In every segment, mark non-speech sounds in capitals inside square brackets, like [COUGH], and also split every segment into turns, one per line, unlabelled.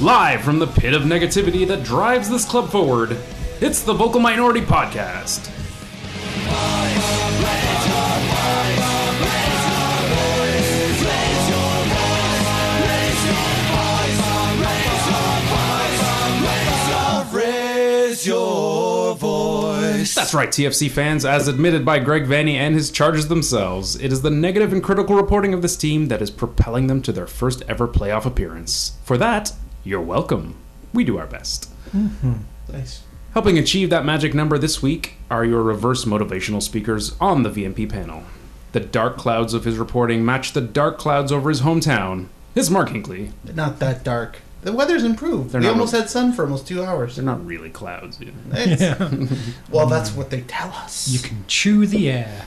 Live from the pit of negativity that drives this club forward, it's the Vocal Minority Podcast.
Raise your voice.
That's right, TFC fans. As admitted by Greg Vanny and his Chargers themselves, it is the negative and critical reporting of this team that is propelling them to their first ever playoff appearance. For that, you're welcome. We do our best.
Nice.
Helping achieve that magic number this week are your reverse motivational speakers on the VMP panel. The dark clouds of his reporting match the dark clouds over his hometown. It's Mark Hinkley.
But not that dark. The weather's improved.
They're
we
not
almost had sun for almost two hours.
They're not really clouds. you know.
It's- Well, that's what they tell us.
You can chew the air.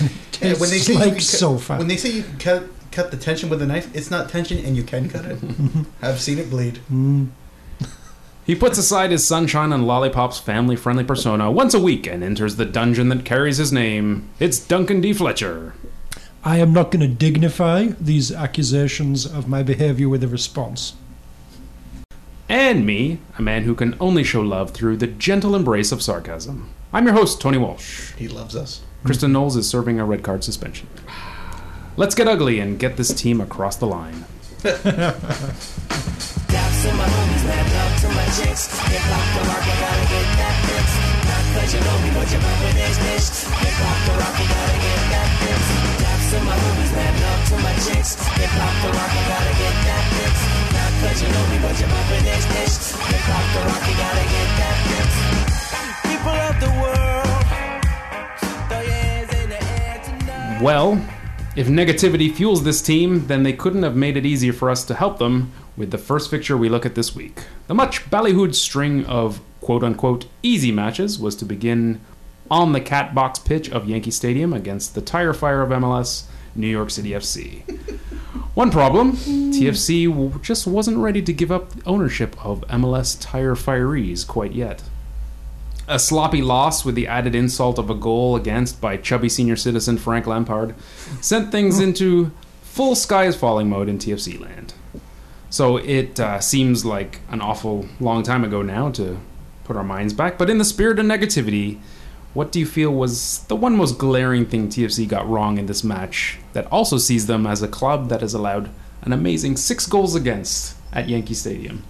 And
Tastes like
cut-
sofa.
When they say you can cut cut the tension with a knife, it's not tension, and you can
[LAUGHS]
cut it. I've seen it bleed.
He puts aside his sunshine and lollipops family friendly persona once a week and enters the dungeon that carries his name. It's Duncan D. Fletcher.
I am not going to dignify these accusations of my behavior with a response.
And me, a man who can only show love through the gentle embrace of sarcasm. I'm your host, Tony Walsh.
He loves
[LAUGHS]
us.
Kristen Knowles is serving a red card suspension. Let's get ugly and get this team across the line.
Doubts to my homies, mad love to my chicks. Hip hop the rock, I gotta get that fix. Not cause you know me, but you run with this bitch. Hip hop the rock, I gotta get that fix. Doubts to my homies, mad love to my chicks. Hip hop the rock, I gotta get that fix. Not cause you know me, but you run with this bitch. Hip hop the rock, I gotta get that fix. People of the world, throw your hands in the air tonight.
Well, if negativity fuels this team, then they couldn't have made it easier for us to help them with the first picture we look at this week. The much ballyhooed string of quote unquote easy matches was to begin on the cat box pitch of Yankee Stadium against the tire fire of MLS, New York City FC. [LAUGHS] One problem TFC w- just wasn't ready to give up ownership of MLS tire firees quite yet. A sloppy loss with the added insult of a goal against by chubby senior citizen Frank Lampard sent things into full sky is falling mode in TFC land. So it uh, seems like an awful long time ago now to put our minds back, but in the spirit of negativity, what do you feel was the one most glaring thing TFC got wrong in this match that also sees them as a club that has allowed an amazing six goals against at Yankee Stadium?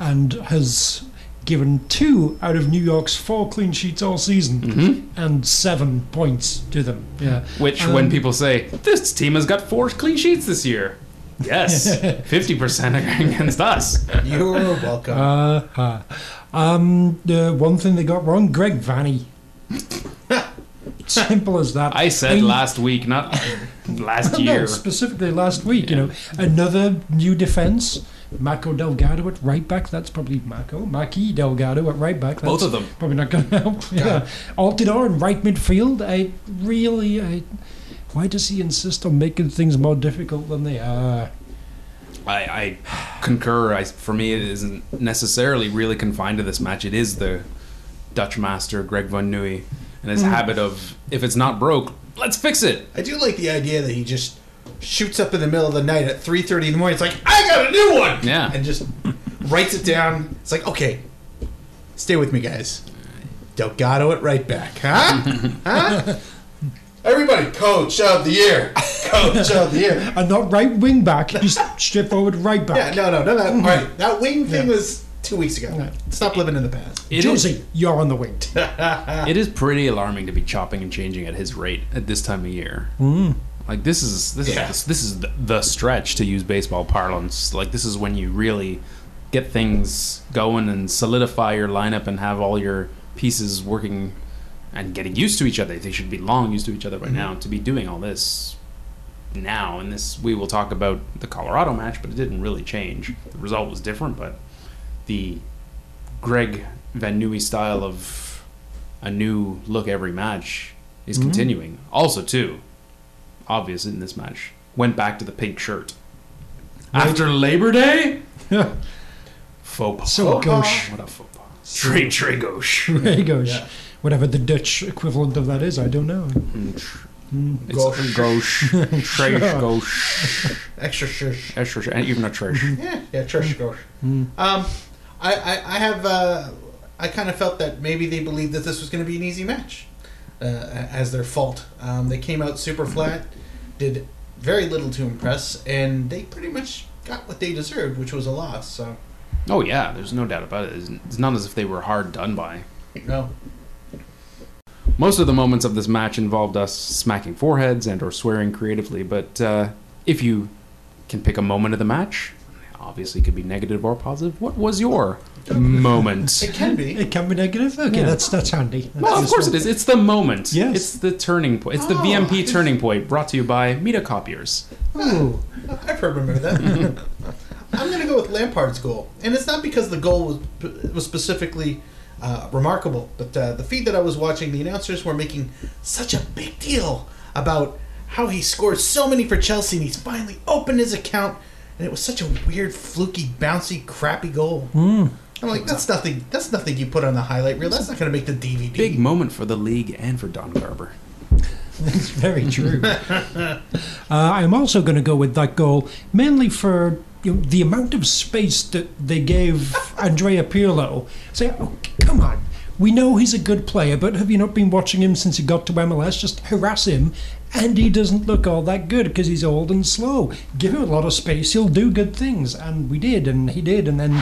And has given two out of New York's four clean sheets all season
Mm-hmm.
and seven points to them. Yeah.
Which,
Um,
when people say this team has got four clean sheets this year,
[LAUGHS]
yes, fifty percent against us.
You're welcome.
Uh-huh. Um, the one thing they got wrong,
[LAUGHS]
Greg Vanny. Simple as that.
I said
And-
last week, not last
No,
year.
specifically last week, you know, another new defence. Marco Delgado at right back. That's probably Marco. Maki Delgado at right back. That's
Both of them.
Probably not going
[LAUGHS]
to help. Yeah. Altidore in right midfield. I really. I, why does he insist on making things more difficult than they are?
I, I concur. I, for me, it isn't necessarily really confined to this match. It is the Dutch master Greg Van Nui and
Hmm.
his habit of if it's not broke, let's fix it.
I do like the idea that he just shoots up in the middle of the night at 3.30 in the morning. It's like, I got a new one!
Yeah.
And just writes it down. It's like, okay, stay with me, guys. Delgado at right back, huh? huh? Everybody, coach of the year. Coach of the year.
And not right wing
[LAUGHS]
back, just straight forward right
Yeah,
back.
no, no, no, no. All right, that wing thing was two weeks ago. Stop living in the past.
It is,
Josie, you're on
[LAUGHS]
the wing. [LAUGHS]
it is pretty alarming to be chopping and changing at his rate at this time of year. Like this is this
Yeah.
is this is the, the stretch to use baseball parlance. Like this is when you really get things going and solidify your lineup and have all your pieces working and getting used to each other. They should be long used to each other by now to be doing all this now. And this we will talk about the Colorado match, but it didn't really change. The result was different, but the Greg Van Nui style of a new look every match is
Mm-hmm.
continuing. Also, too obvious in this match. Went back to the pink shirt. After Labor Day? Faux pas.
So gauche.
What a faux pas. Très,
[LAUGHS]
très gauche.
There you go. Whatever the Dutch equivalent of that is, I don't know.
Mm, tr-
Mm-hmm.
It's
Gauche.
[LAUGHS]
gauche. Trash gauche.
Extra shush.
That's trash. and Even a trash.
Mm-hmm.
Yeah, yeah, trash gauche. Um, I, I, I have, uh, I kind of felt that maybe they believed that this was going to be an easy match uh, as their fault. Um, they came out super flat, did very little to impress, and they pretty much got what they deserved, which was a loss. So,
Oh, yeah, there's no doubt about it. It's- It's not as if they were hard done by.
no.
Most of the moments of this match involved us smacking foreheads and or swearing creatively, but uh, if you can pick a moment of the match, obviously it could be negative or positive. What was your moment?
It
[LAUGHS]
can be.
It can be negative. Okay,
Yeah.
that's that's handy.
Well, of
That's
course it
useful.
is. It's the moment.
Yes.
It's the turning point. It's the
Oh, I-
VMP turning point brought to you by Meta Copiers.
Ooh.
I remember that. I'm going to go with Lampard's goal, and it's not because the goal was was specifically uh, remarkable, but uh, the feed that I was watching, the announcers were making such a big deal about how he scored so many for Chelsea, and he's finally opened his account, and it was such a weird, fluky, bouncy, crappy goal.
Hmm.
I'm like, that's nothing. That's nothing you put on the highlight reel. That's not going to make the DVD.
Big moment for the league and for Don Garber.
It's [LAUGHS] very true. uh, I'm also going to go with that goal mainly for you know, the amount of space that they gave Andrea Pirlo. Say, oh, c- come on. We know he's a good player, but have you not been watching him since he got to MLS? Just harass him, and he doesn't look all that good because he's old and slow. Give him a lot of space, he'll do good things, and we did, and he did, and then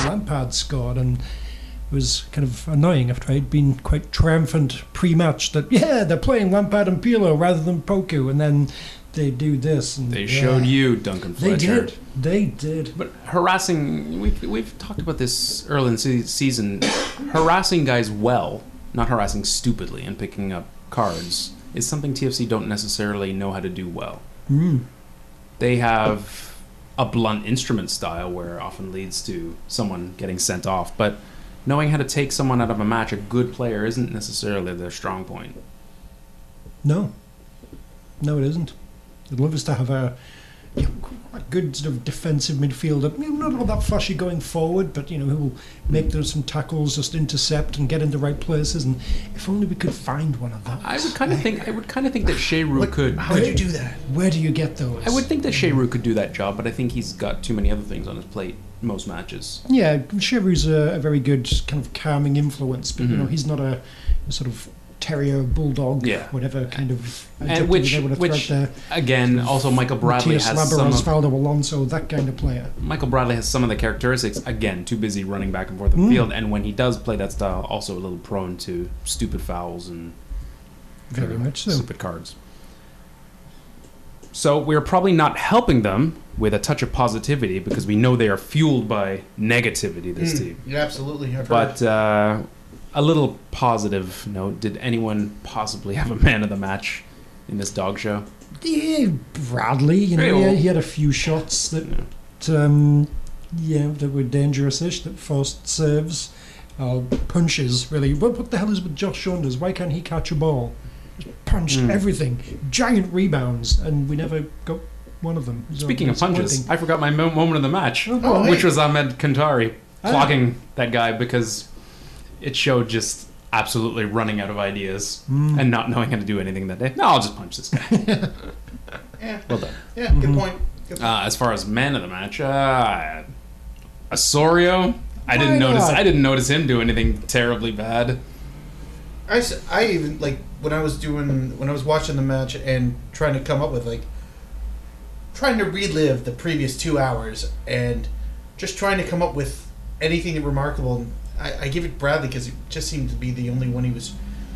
Lampard scored, and it was kind of annoying after I'd been quite triumphant pre-match that yeah they're playing Lampard and Pirlo rather than Poku, and then they do this. And,
They
yeah.
showed you Duncan
They
Fletcher.
did. They did.
But harassing, we've, we've talked about this early in the se- season. harassing guys well, not harassing stupidly and picking up cards, is something TFC don't necessarily know how to do well. They have a blunt instrument style where it often leads to someone getting sent off, but knowing how to take someone out of a match, a good player, isn't necessarily their strong point.
No, no, it isn't. I'd love us to have a, you know, a good sort of defensive midfielder, you know, not all that flashy going forward, but you know who will make those some tackles, just intercept and get in the right places. And if only we could find one of those.
I would kind of think I would kind of think that Sheru
What-
could.
How would you do that?
Where do you get those?
I would think that Sheru could do that job, but I think he's got too many other things on his plate most matches.
Yeah, Shiru's a, a very good kind of calming influence, but you know he's not a, a sort of terrier bulldog,
Mm-hmm. Yeah.
whatever kind of
And
adjective
which,
they would have
which
thrown out
again, also Michael
there.
Bradley
Matias
has
Labber,
some. Of,
Osvaldo Alonso, that kind of player.
Michael Bradley has some of the characteristics. Again, too busy running back and forth
Mm.
in the field, and when he does play that style, also a little prone to stupid fouls and
Very
uh,
much so.
stupid cards. So we're probably not helping them with a touch of positivity because we know they are fueled by negativity. This
Mm,
team.
You absolutely have.
But uh, a little positive note: Did anyone possibly have a man of the match in this dog show?
Yeah, Bradley, you know,
Hey,
he,
well.
had, he had a few shots that, um, yeah, that were dangerous-ish, that forced serves, uh, punches. Really, what, what the hell is with Josh Saunders? Why can't he catch a ball? Just punched
Mm.
everything, giant rebounds, and we never got one of them. So
Speaking of
that's one
punches,
thing.
I forgot my mo- moment of the match,
Oh,
go on.
which was Ahmed Kantari
Oh.
clogging that guy because it showed just absolutely running out of ideas
Hmm.
and not knowing how to do anything that day. No, I'll just punch this guy.
[LAUGHS]
yeah,
well done.
yeah, good point. Good
Uh, as far as man of the match, uh, Osorio. I didn't
Why
notice.
not?
I didn't notice him do anything terribly bad.
I, s- I even like when I was doing when I was watching the match and trying to come up with like trying to relive the previous two hours and just trying to come up with anything remarkable. And I, I give it Bradley because it just seemed to be the only one he was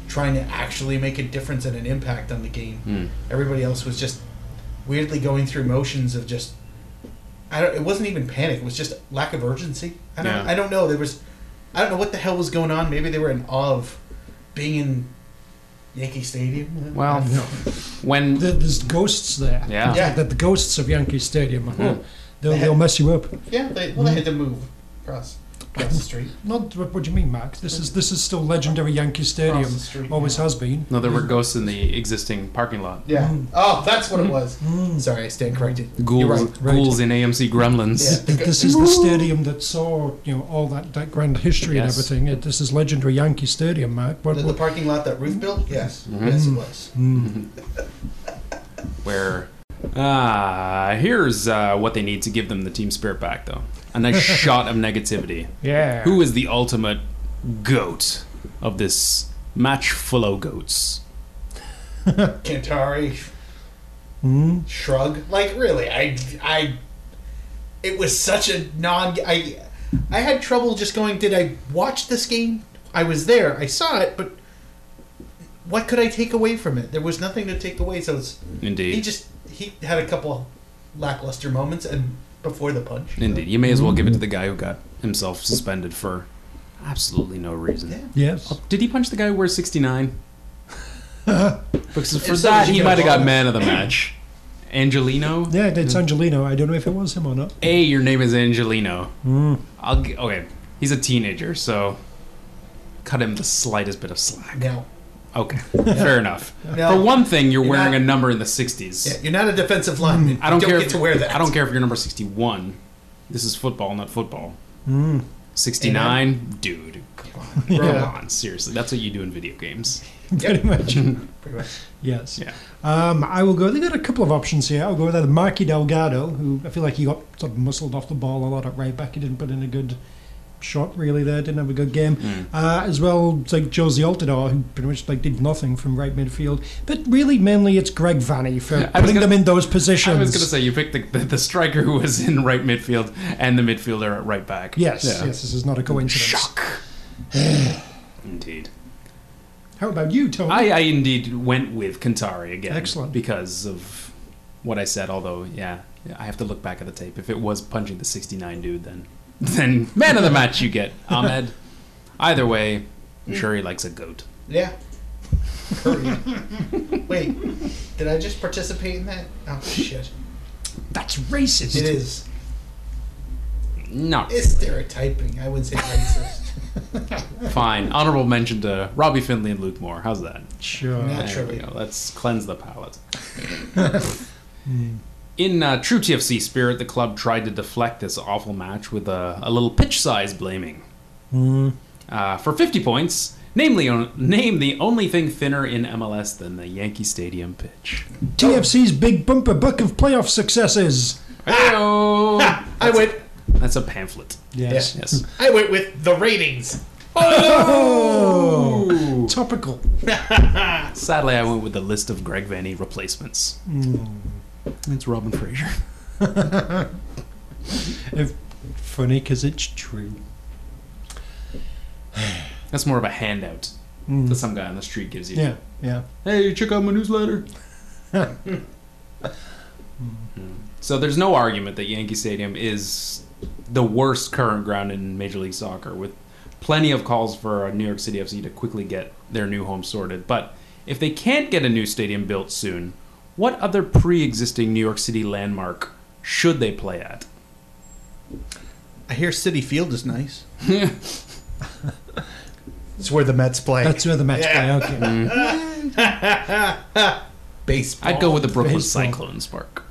trying to actually make a difference and an impact on the game. Everybody else was just weirdly going through motions of just I don't. It wasn't even panic. It was just lack of urgency. I don't.
Yeah.
I don't know. There was. I don't know what the hell was going on. Maybe they were in awe of being in Yankee Stadium.
Well, when
There- there's ghosts there.
Yeah. Hmm.
It's like the, the ghosts of Yankee Stadium.
Yeah.
They'll, they'll mess you up.
Hmm? Yeah. They, well, they had to move across. Across the street.
Not what do you mean, Mac? This is this is still legendary Yankee Stadium.
Across the street,
Always
yeah.
has been.
No, there were ghosts in the existing parking lot.
Yeah. Hmm.
Mm.
Oh, that's what it was. Sorry, I stand corrected.
Ghouls,
You're right.
right.
ghouls in AMC Gremlins.
Th- This is the stadium that saw you know all that, that grand history
Yes.
and everything. It, this is legendary Yankee Stadium, Mac. What,
The, the
what-
parking lot that Ruth built? Yes.
Mhm.
Yes, it was.
Where. Ah, here's uh, what they need to give them the team spirit back, though. A
[LAUGHS]
nice shot of negativity.
yeah.
Who is the ultimate goat of this match full of goats?
Cantari, Hmm.
Mm.
shrug. Like, really, I. I it was such a non. I, I had trouble just going, did I watch this game? I was there, I saw it, but what could I take away from it? There was nothing to take away, so it's. He
Indeed.
just he had a couple lackluster moments and before the punch.
Indeed. You may as well give
Mm-hmm.
it to the guy who got himself suspended for absolutely no reason.
Yeah.
Yes.
Did he punch the guy who wears
[LAUGHS]
69? because for
so
that,
did
he
you
might have got
get
man of the match.
[LAUGHS]
Angelino?
Yeah, it's Angelino. I don't know if it was him or not. [LAUGHS]
A, your name is Angelino.
Hmm.
I'll g- okay. He's a teenager, so cut him the slightest bit of slack.
Now,
[LAUGHS]
Okay, fair enough.
No.
For one thing, you're,
You're
wearing
not-
a number in the 60s.
yeah, you're not a defensive lineman.
Mm, I don't,
You
care
get
if,
to wear that.
I don't care if you're number 61. This is football, not football.
Hmm.
69, dude. Come
[LAUGHS]
on,
Yeah.
come on, seriously. That's what you do in video games.
Pretty much.
Pretty much.
Yes.
Yeah.
Um, I will go. They got a couple of options here. I'll go with either Marky Delgado, who I feel like he got sort of muscled off the ball a lot at right back. He didn't put in a good shot really there. Didn't have a good game.
Mm.
Uh, as well, it's like Josie Altidore, who pretty much like did nothing from right midfield. But really, mainly it's Greg Vanny for
I was
putting
gonna-
them in those
I
positions.
was going to say, you picked the, the, the striker who was in right midfield and the midfielder at right back.
yes,
Yeah.
yes, this is not a coincidence. [SIGHS]
Shock. Indeed.
How about you, Tony?
I, I indeed went with Kantari again.
Excellent.
Because of what I said, although, yeah, I have to look back at the tape. If it was punching the 69 dude, then, then man of the match you
[LAUGHS]
get, Ahmed. Either way, I'm sure he likes a goat.
Yeah.
[LAUGHS]
Hurry. Wait, did I just participate in that? Oh
[LAUGHS]
shit!
That's racist.
It is.
No.
It's stereotyping. I wouldn't say
[LAUGHS]
racist.
Fine. Honorable mention to Robbie Finley and Luke Moore. How's that?
Yeah.
Sure.
There we
[LAUGHS] Naturally.
go. Let's cleanse the palate. In uh, true TFC spirit, the club tried to deflect this awful match with a, a little pitch size blaming. Uh, for 50 points, namely, on, name the only thing thinner in MLS than the Yankee Stadium pitch.
TFC's big bumper book of playoff successes.
Ayo!
[LAUGHS] I went.
That's a pamphlet.
Yes.
Yes.
I went with the ratings.
Topical.
Sadly, I went with the list of Greg Vanny replacements. It's Robin Fraser.
If, funny because it's true.
That's more of a handout that some guy on the street gives you.
Yeah, yeah.
hey, check out my newsletter. so there's no argument that Yankee Stadium is the worst current ground in Major League Soccer, with plenty of calls for uh, New York City FC to quickly get their new home sorted. But if they can't get a new stadium built soon, what other pre existing New York City landmark should they play at?
I hear City Field is
[LAUGHS]
nice.
It's where the Mets play.
That's where the match play. Okay.
baseball.
I'd go with the Brooklyn
Baseball.
Cyclones Park.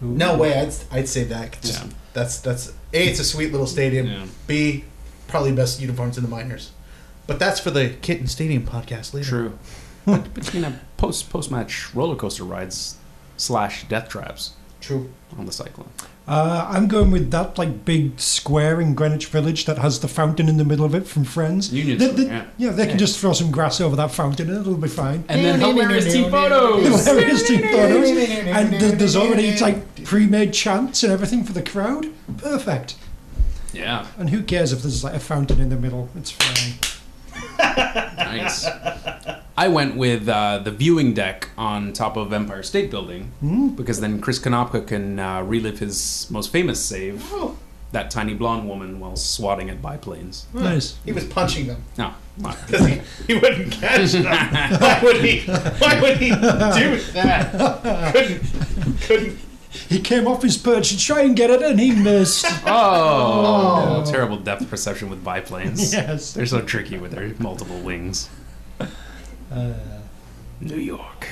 No way. I'd I'd say that. Just,
Yeah.
That's that's a. It's a sweet little stadium.
Yeah.
B, probably best uniforms in the minors. But that's for the Kitten Stadium podcast
[LAUGHS]
later.
True. but, but you know, post post match roller coaster rides slash death traps
True.
on the cyclone.
Uh, I'm going with that like big square in Greenwich Village that has the fountain in the middle of it from Friends.
Union
They-
Square,
they-
yeah.
they
Yeah.
can just throw some grass over that fountain and it'll be [LAUGHS] fine.
And then hilarious team photos.
Hilarious team photos. And there- there's already it's [LAUGHS] like pre-made chants and everything for the crowd. Perfect.
Yeah,
And who cares if there's like a fountain in the middle? It's fine.
nice. I went with uh, the viewing deck on top of Empire State Building because then Chris Kanopka can uh, relive his most famous save, that tiny blonde woman while swatting at biplanes.
Nice.
He was punching them [LAUGHS]
No, not-
because he, he wouldn't catch
[LAUGHS]
them. why would he? Why would he do that? Couldn't couldn't
He came off his perch to try and get it, and he missed. [LAUGHS]
Oh, terrible depth perception with biplanes.
yes.
They're so tricky with their multiple wings. New York.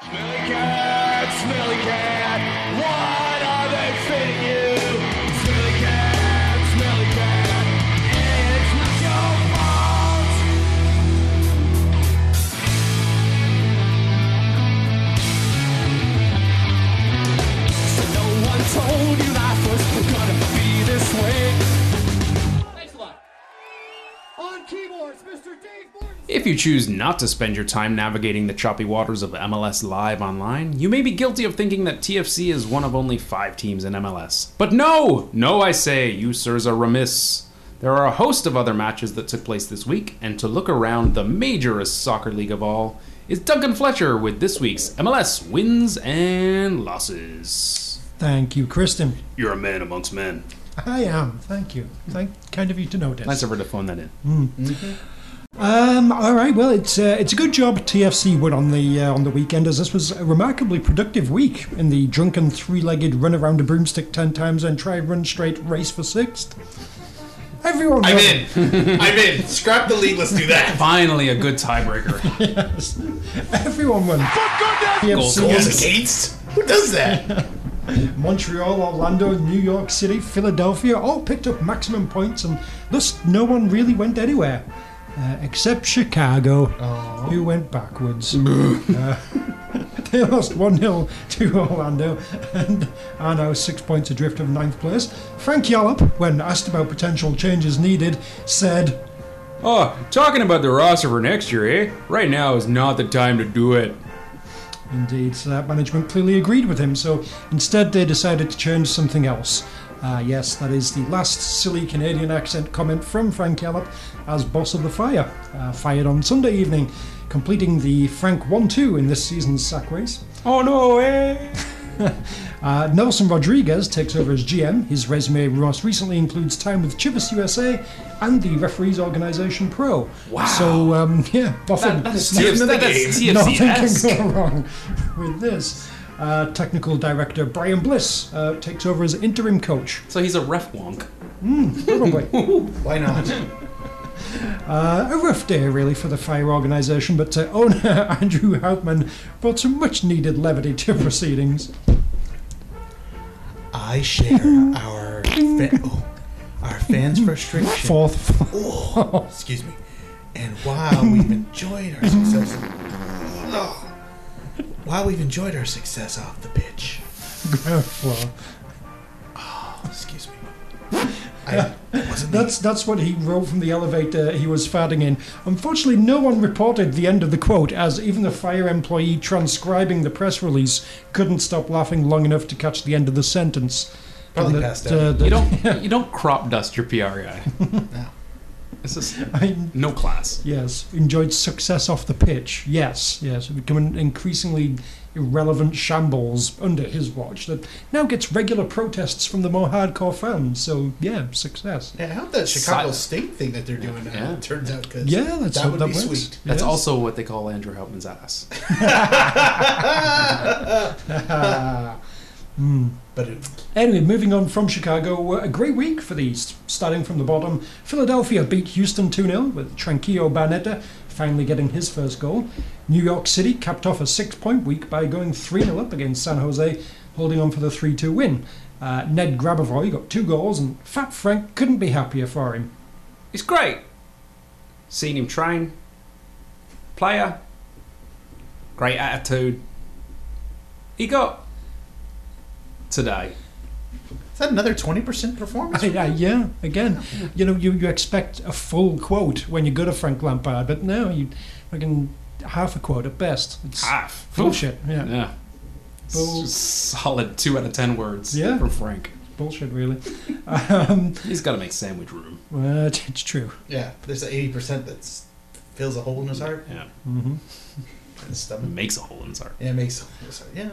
Smelly cat, smelly cat, what are they fitting you? Smelly cat, smelly cat, it's not your fault. So no one told you life was gonna be this way. Thanks a lot. On keyboards, Mr. Dave Morton.
If you choose not to spend your time navigating the choppy waters of MLS Live Online, you may be guilty of thinking that TFC is one of only five teams in MLS. But no! No, I say, you sirs are remiss. There are a host of other matches that took place this week, and to look around the majorest soccer league of all is Duncan Fletcher with this week's MLS wins and losses.
Thank you, Kristen.
You're a man amongst men.
I am. Thank you. Thank kind of you to notice.
Nice of her to phone that in.
Um, all right. Well, it's uh, it's a good job TFC won on the uh, on the weekend, as this was a remarkably productive week in the drunken three-legged run around a broomstick ten times and try run straight race for sixth. Everyone,
I'm
got-
in. I'm in. Scrap the lead. Let's
[LAUGHS]
do that.
Finally, a good tiebreaker.
[LAUGHS] Everyone won.
Goals,
TFC
Goals
is
against? Who
[LAUGHS]
does that?
Montreal, Orlando, New York City, Philadelphia all picked up maximum points, and thus no one really went anywhere. Uh, except Chicago, who went backwards. Uh, [LAUGHS] they lost 1 0 to Orlando and are now six points adrift of ninth place. Frank Yallop, when asked about potential changes needed, said,
Oh, talking about the roster for next year, eh? Right now is not the time to do it.
Indeed, so that management clearly agreed with him, so instead they decided to change something else. Ah, yes, that is the last silly Canadian accent comment from Frank Yallop as boss of the Fire, uh, fired on Sunday evening, completing the Frank 1 2 in this season's sack race.
Oh no, eh?
Uh, Nelson Rodriguez takes over as GM. His resume most recently includes time with Chivas USA and the referees organization Pro. Wow. So, um, yeah,
TFC,
nothing,
that's TFC-esque.
nothing can go wrong with this. Uh, technical director Brian Bliss uh, takes over as interim coach.
So he's a ref wonk.
Probably
Why not?
uh, a rough day, really, for the fire organisation, but uh, owner [LAUGHS] Andrew Houtman brought some much needed levity to [LAUGHS] proceedings.
I share our fa- oh, our
[LAUGHS]
fans' frustration.
Fourth [LAUGHS]
Oh, excuse me. And while
[LAUGHS]
we've enjoyed our success, oh, while we've enjoyed our success off the pitch,
ground floor.
excuse me. I it wasn't the-
That's that's what he wrote from the elevator he was farting in. Unfortunately, no one reported the end of the quote, as even the fire employee transcribing the press release couldn't stop laughing long enough to catch the end of the sentence.
Probably
And
passed
uh,
out.
that-
You [LAUGHS] don't you don't crop dust your PR guy. This is
I,
no class.
yes, enjoyed success off the pitch. Yes, yes, it become an increasingly irrelevant shambles under his watch that now gets regular protests from the more hardcore fans. So yeah, success.
Yeah, how'd that Chicago
Silent.
State thing that they're doing now
Yeah.
turns out? Cause
Yeah, let's
that
hope
would
that
be
works.
sweet.
That's
Yes.
also what they call Andrew Houtman's ass.
But it,
Anyway, moving on from Chicago, uh, a great week for the East. Starting from the bottom, Philadelphia beat Houston 2 0 with Tranquillo Barnetta finally getting his first goal. New York City capped off a six point week by going 3 0 up against San Jose, holding on for the 3 2 win. Uh, Ned Grabovoy got two goals, and Fat Frank couldn't be happier for him. [LAUGHS]
He's great. Seen him train. Player. Great attitude. He got today.
is that another twenty percent performance?
[LAUGHS] Yeah, yeah, again, you know, you, you expect a full quote when you go to Frank Lampard, but no, you fucking half a quote at best. It's
Half.
bullshit, yeah.
Yeah. It's
Bull-
just solid two out of ten words
Yeah.
from Frank.
bullshit, really. [LAUGHS] um,
He's got to make sandwich room.
well, it's it's true.
Yeah, there's the eighty percent that fills a hole in his heart
Yeah.
and his stomach.
Mm. Makes a hole in his heart.
Yeah, it makes a hole in his heart. Yeah.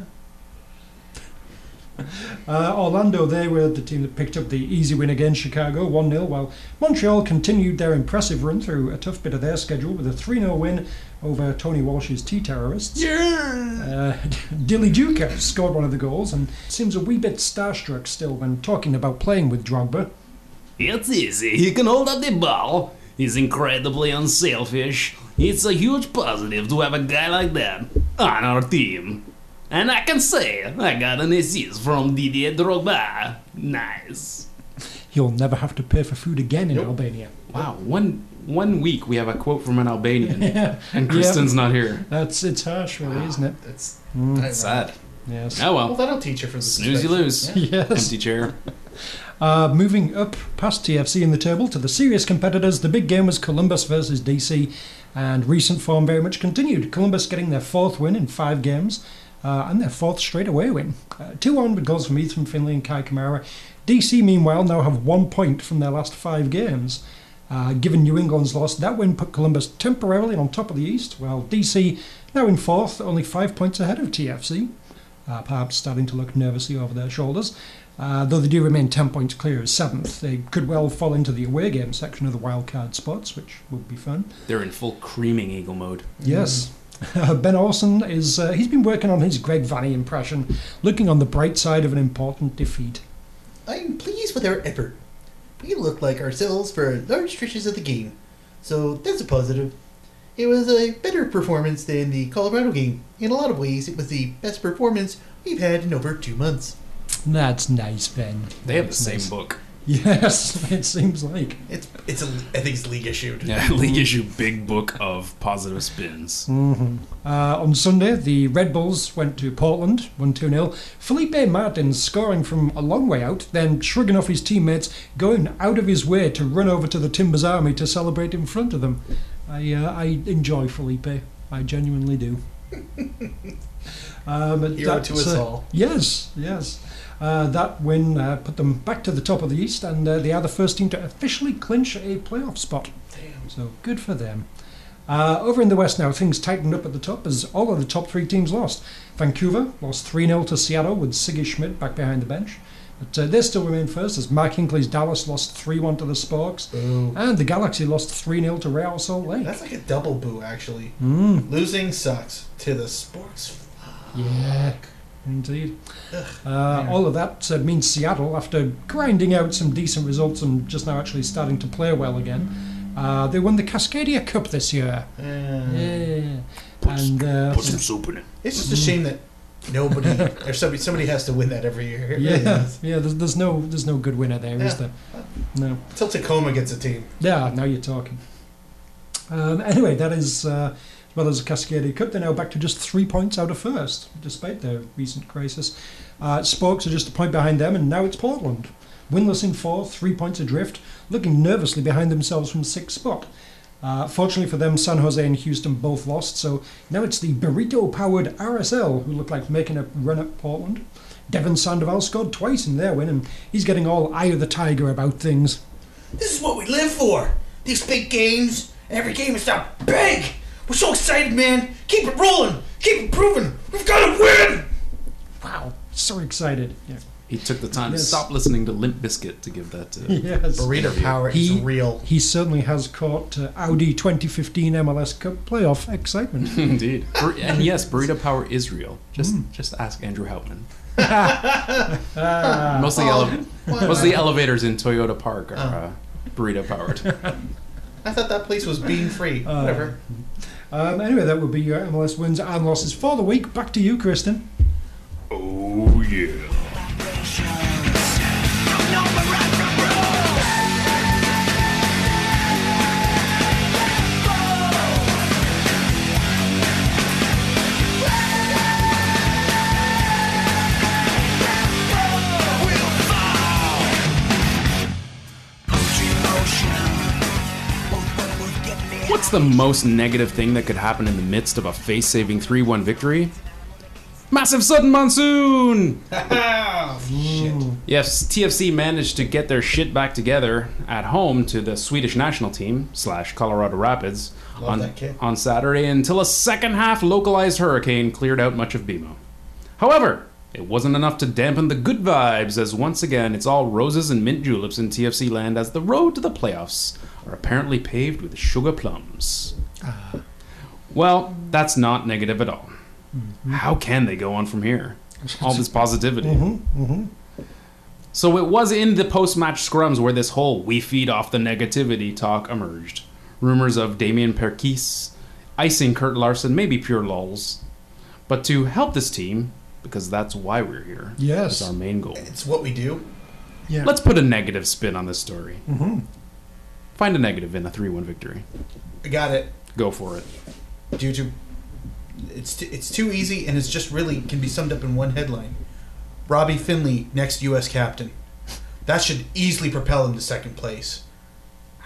Uh, Orlando, they were the team that picked up the easy win against Chicago, 1 0, while Montreal continued their impressive run through a tough bit of their schedule with a 3 0 win over Tony Walsh's Tea Terrorists. Uh, [LAUGHS] Dilly Duca scored one of the goals and seems a wee bit starstruck still when talking about playing with Drogba.
It's easy. He can hold up the ball. He's incredibly unselfish. It's a huge positive to have a guy like that on our team. And I can say I got an assist from Didier Drogba. Nice.
You'll never have to pay for food again in Albania. [LAUGHS]
Wow, one one week we have a quote from an
[LAUGHS]
Albanian, and Kristen's not here.
That's it's harsh, really, isn't it?
That's
Mm.
That's sad.
Yes.
Oh
well.
well,
That'll teach her from the
snooze you lose.
[LAUGHS] Yes.
Empty chair.
Uh, moving up past TFC in the table to the serious competitors, the big game was Columbus versus DC, and recent form very much continued. Columbus getting their fourth win in five games, uh, and their fourth straightaway win. Uh, two onward goals from Ethan Finley and Kai Kamara. DC, meanwhile, now have one point from their last five games. Uh, given New England's loss, that win put Columbus temporarily on top of the East, while DC now in fourth, only five points ahead of TFC uh, perhaps starting to look nervously over their shoulders. Uh, though they do remain 10 points clear as seventh, they could well fall into the away game section of the wildcard spots, which would be fun.
They're in full creaming eagle mode.
Yes. [LAUGHS] ben Orson is, uh, he's been working on his Greg Vanny impression, looking on the bright side of an important defeat.
I'm pleased with our effort. We look like ourselves for large stretches of the game, so that's a positive. It was a better performance than the Colorado game. In a lot of ways, it was the best performance we've had in over two months.
That's nice, Ben.
They have the
That's
same
nice.
book.
[LAUGHS] Yes, it seems like.
It's it's a I think it's league issued.
[LAUGHS] Yeah, Mm. League [LAUGHS] issue big book of positive spins.
Uh, on Sunday, the Red Bulls went to Portland, 1 2 0. Felipe Martins scoring from a long way out, then shrugging off his teammates, going out of his way to run over to the Timbers Army to celebrate in front of them. I, uh, I enjoy Felipe. I genuinely do. [LAUGHS] um, but
Hero to
that's,
us
uh,
all.
Yes, yes. Uh, that win uh, put them back to the top of the East, and uh, they are the first team to officially clinch a playoff spot. Damn. So good for them. Uh, over in the West now, things tightened up at the top as all of the top three teams lost. Vancouver lost 3 0 to Seattle with Siggy Schmidt back behind the bench. But uh, they still remain first as Mark Hinckley's Dallas lost 3 1 to the Sparks. And the Galaxy lost 3 0 to Real Salt Lake.
That's like a double boo, actually.
Mm.
Losing sucks to the sports.
Yeah, indeed. Uh, all of that uh, means Seattle, after grinding out some decent results and just now actually starting to play well again, uh, they won the Cascadia Cup this year. Yeah. And uh,
Mm.
[LAUGHS]
Put some soup in it.
It's just a shame that nobody or somebody somebody has to win that every year. It really [LAUGHS]
yeah,
is.
yeah. There's, there's no there's no good winner there, is
Yeah.
there? No.
Until Tacoma gets a team.
Yeah, now you're talking. Um, anyway, that is, uh, as well as the Cascadia Cup, they're now back to just three points out of first, despite their recent crisis. Uh, Spokes are just a point behind them, and now it's Portland. Winless in four, three points adrift, looking nervously behind themselves from sixth spot. Uh, fortunately for them, San Jose and Houston both lost, so now it's the burrito powered RSL who look like making a run at Portland. Devin Sandoval scored twice in their win, and he's getting all eye of the tiger about things.
This is what we live for. These big games, and every game is that big. We're so excited, man. Keep it rolling. Keep improving. We've got to win.
Wow, so excited. Yeah.
He took the time
Yes.
to stop listening to Limp Biscuit to give that. [LAUGHS] Uh,
Yes.
Burrito power is
He-
real.
He certainly has caught uh, Audi 2015 MLS Cup playoff
[LAUGHS]
excitement.
Indeed, Mm. Bur- and yes, burrito power is real. Just, just ask Andrew Houtman. mostly, ele-
Why-
mostly elevators in Toyota Park are uh, burrito powered.
I thought that place was bean free.
Uh,
Whatever.
um, anyway, that would be your MLS wins and losses for the week. Back to you, Kristen.
Oh, yeah.
[LAUGHS] What's the most negative thing that could happen in the midst of a face saving 3 1 victory? Massive sudden
[LAUGHS]
monsoon! Yes, TFC managed to get their shit back together at home to the Swedish national team slash Colorado Rapids on,
that kid.
on Saturday until a second half localized hurricane cleared out much of BMO. However, It wasn't enough to dampen the good vibes, as once again it's all roses and mint juleps in TFC land as the road to the playoffs are apparently paved with sugar plums.
Ah.
Well, that's not negative at all. How can they go on from here? All this positivity.
Mm-hmm,
So it was in the post match scrums where this whole we feed off the negativity talk emerged. Rumors of Damien Perkis icing Kurt Larson may be pure lulls, but to help this team, because that's why we're here.
Yes.
That's our main goal.
It's what we do.
Yeah.
Let's put a negative spin on this story. Mm-hmm. Find a negative in a 3 1 victory.
I got it.
Go for it.
Due to it's t- it's too easy and it's just really can be summed up in one headline. Robbie Finley next U.S. captain. That should easily propel him to second place.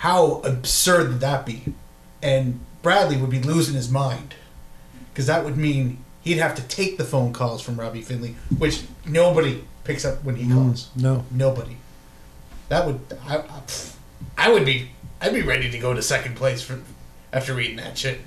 How absurd would that be? And Bradley would be losing his mind because that would mean he'd have to take the phone calls from Robbie Finley, which nobody picks up when he calls.
No.
Nobody. That would I, I, pff, I would be I'd be ready to go to second place for after reading that shit.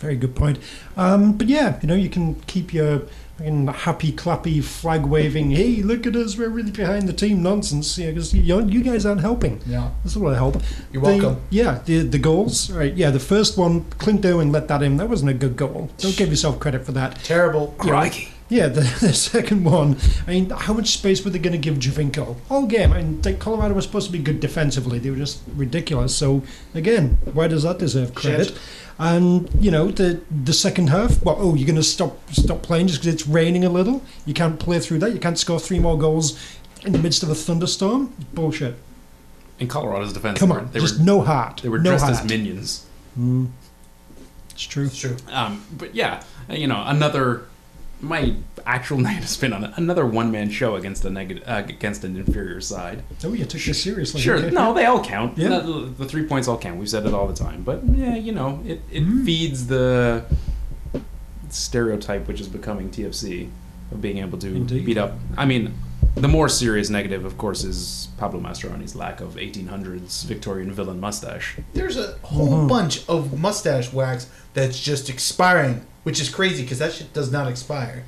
Very good point. Um, but yeah, you know, you can keep your fucking happy, clappy, flag waving, hey, look at us, we're really behind the team nonsense, you because you, you guys aren't helping.
Yeah.
This will help.
You're
The-
welcome.
yeah, the the goals. All right, yeah, the first one, Clint Owen let that in. That wasn't a good goal. Don't give yourself credit for that.
Terrible.
Crikey. Yeah, the, [LAUGHS] the second one. I mean, how much space were they going to give Javinko all game? And like, Colorado was supposed to be good defensively. They were just ridiculous. So again, why does that deserve credit? And you know, the the second half. Well, oh, you're going to stop stop playing just because it's raining a little. You can't play through that. You can't score three more goals in the midst of a thunderstorm. Bullshit.
In Colorado's defense,
Come
they were-
on,
they
just
were
no heart.
they were
no
dressed
heart.
as minions.
It's true.
It's true.
Um, but yeah, you know, another my actual [LAUGHS] negative spin on it. Another one man show against a negative uh, against an inferior side.
Oh, you took this seriously.
Sure,
okay.
no, they all count.
Yeah.
The, the three points all count. We've said it all the time, but yeah, you know, it it
Hmm.
feeds the stereotype which is becoming TFC of being able to
Indeed.
beat up. I mean, the more serious negative, of course, is Pablo Mastroianni's lack of 1800s Victorian villain mustache.
There's a whole bunch of mustache wax that's just expiring, which is crazy because that shit does not expire.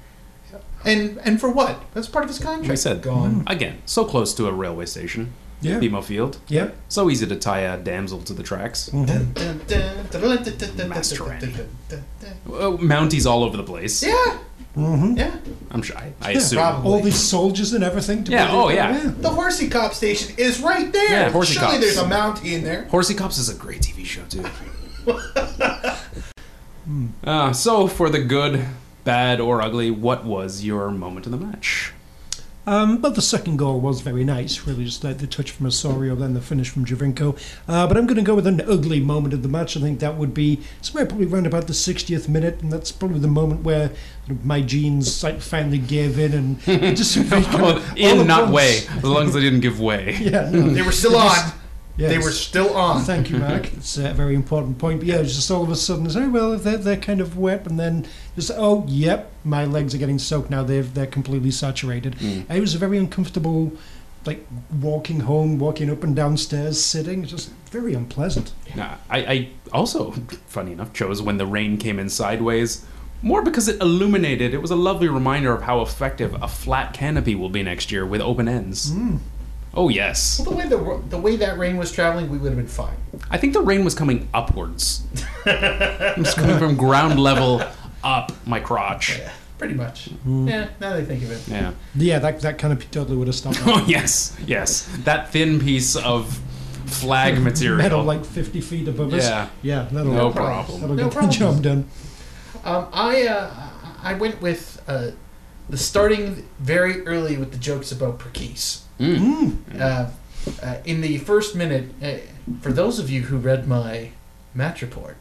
And and for what? That's part of his contract.
Like I said,
gone.
again, so close to a railway station,
Yeah.
BMO Field.
Yeah.
So easy to tie a damsel to the tracks.
Dun, dun, dun, dun, dun, dun, dun, dun,
Mm-hmm. Master
dun,
Randy.
dun, dun, dun.
Uh, Mounties all over the place.
Yeah. Mm-hmm. Yeah.
I'm sure. I, I assume.
probably.
All these soldiers and everything. To
Yeah,
put in-
oh, yeah.
The horsey cop station is right there.
Yeah, Horsey
Surely
Cops.
there's a mountie in there.
Horsey Cops is a great TV show too. [LAUGHS] uh, so for the good, bad, or ugly, what was your moment in the match?
Um, but the second goal was very nice, really, just like the touch from Osorio, then the finish from Javinko. Uh, but I'm going to go with an ugly moment of the match. I think that would be somewhere probably around about the 60th minute, and that's probably the moment where sort of my genes like finally gave in and [LAUGHS]
[LAUGHS]
just sort of kind
Oh,
of all
in
at
not
once.
way, as long as I didn't give way.
[LAUGHS] Yeah, no,
They were still on. They
yes. Mm-hmm.
were still on.
Thank
[LAUGHS]
you, Mark. It's uh, a very important point. But yeah, it's just all of a sudden, it's, oh, well, they're, they're kind of wet, and then just, oh, yep, my legs are getting soaked now. They've, they're completely saturated.
Mm.
It was a very uncomfortable, like, walking home, walking up and downstairs, sitting. It's just very unpleasant.
Nah, I, I also, funny enough, chose when the rain came in sideways. More because it illuminated. It was a lovely reminder of how effective a flat canopy will be next year with open ends. Oh yes,
Well, the way the the way that rain was traveling, we would have been fine.
I think the rain was coming upwards. it was coming from ground level up my crotch.
Pretty much. Yeah. Now that I think of it.
Yeah. [LAUGHS]
Yeah, that, that kind of totally would have stopped.
Oh yes, yes. That thin piece of flag material.
Metal like 50 feet above us.
Yeah.
Yeah, that'll,
no
that'll
problem.
get the
problem.
job done.
[LAUGHS] Um, I uh, I went with uh, the starting very early with the jokes about Perkis. Uh, uh, in the first minute, uh, for those of you who read my match report,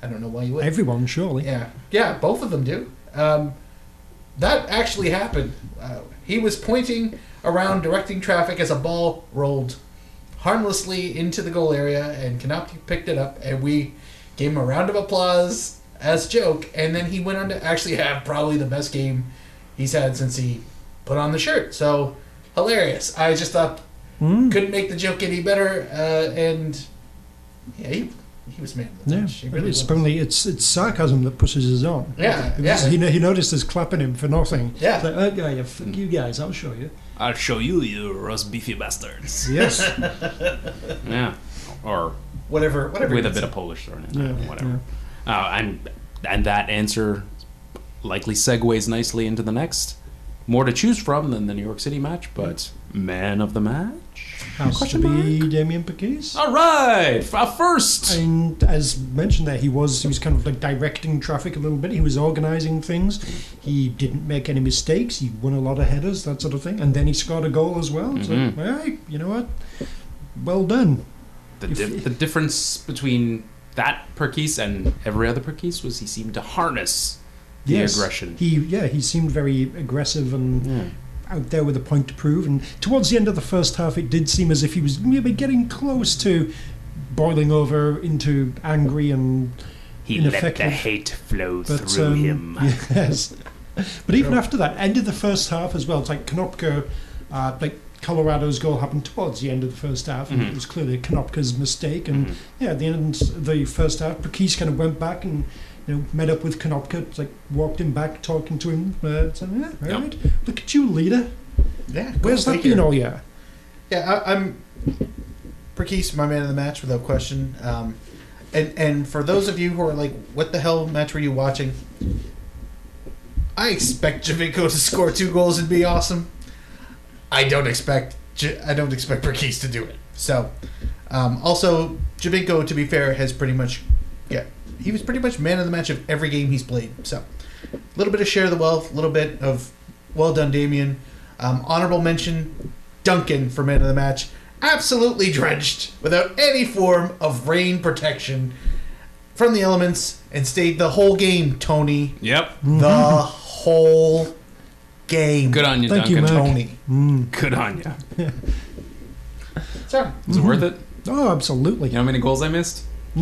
I don't know why you would.
Everyone, surely.
Yeah, yeah, both of them do. Um, that actually happened. Uh, he was pointing around, directing traffic as a ball rolled harmlessly into the goal area, and Canopy picked it up, and we gave him a round of applause as joke, and then he went on to actually have probably the best game he's had since he put on the shirt. So hilarious! I just thought couldn't make the joke any better, uh, and yeah, he He was mad. at the
Yeah,
touch. He really
it's
was.
apparently it's it's sarcasm that pushes us on.
Yeah,
He was-
yeah.
He, no- he noticed us clapping him for nothing.
Yeah.
It's like, oh, yeah, yeah, fuck you guys, I'll
[LAUGHS]
show you.
I'll show you, you roast beefy bastards.
Yes.
Yeah. Or
Whatever, whatever.
with
it
a
is.
bit of Polish thrown in.
Yeah,
there, whatever. Uh, and and that answer likely segues nicely into the next. More to choose from than the New York City match, but man of the match.
Has to be Damien Picquet.
All right, a first.
And as mentioned there, he was he was kind of like directing traffic a little bit. He was organising things. He didn't make any mistakes. He won a lot of headers, that sort of thing. And then he scored a goal as well.
Mhm.
Mm-hmm.
So, all right, you know what? Well done.
The, di- the difference between that Perkis and every other Perkis was he seemed to harness the
Yes.
aggression.
He yeah, he seemed very aggressive and
Yeah.
out there with a point to prove. And towards the end of the first half, it did seem as if he was maybe getting close to boiling over into angry and
He let the
ineffective.
hate flow
But,
through
um,
him.
[LAUGHS] Yes. But even after that, end of the first half as well, it's like Konopka, uh, like Colorado's goal happened towards the end of the first half, and
Mm-hmm.
it was clearly Konopka's mistake. And yeah, at the end of the first half, Pakis kind of went back and you know met up with Konopka, it's like walked him back, talking to him. Uh, so, yeah, all
Yep.
right. Look at you, leader.
Yeah,
Where's
cool,
that
thank you.
been all year?
Yeah, I, I'm Perkis, my man of the match without question. Um, and and for those of you who are like, what the hell match were you watching? I expect Javinko to score two goals and be awesome. I don't expect J- I don't expect Perkis to do it. So, um, also Javinko, to be fair, has pretty much yeah he was pretty much man of the match of every game he's played. So, a little bit of share of the wealth, a little bit of well done, Damien. Um, honorable mention Duncan for man of the match. Absolutely drenched without any form of rain protection from the elements and stayed the whole game, Tony.
Yep.
The whole game.
Good on you,
Thank you,
Duncan.
Mark.
Tony.
[LAUGHS] Good on you.
So,
Is it worth it?
Oh, absolutely.
You know how many goals I missed? [LAUGHS]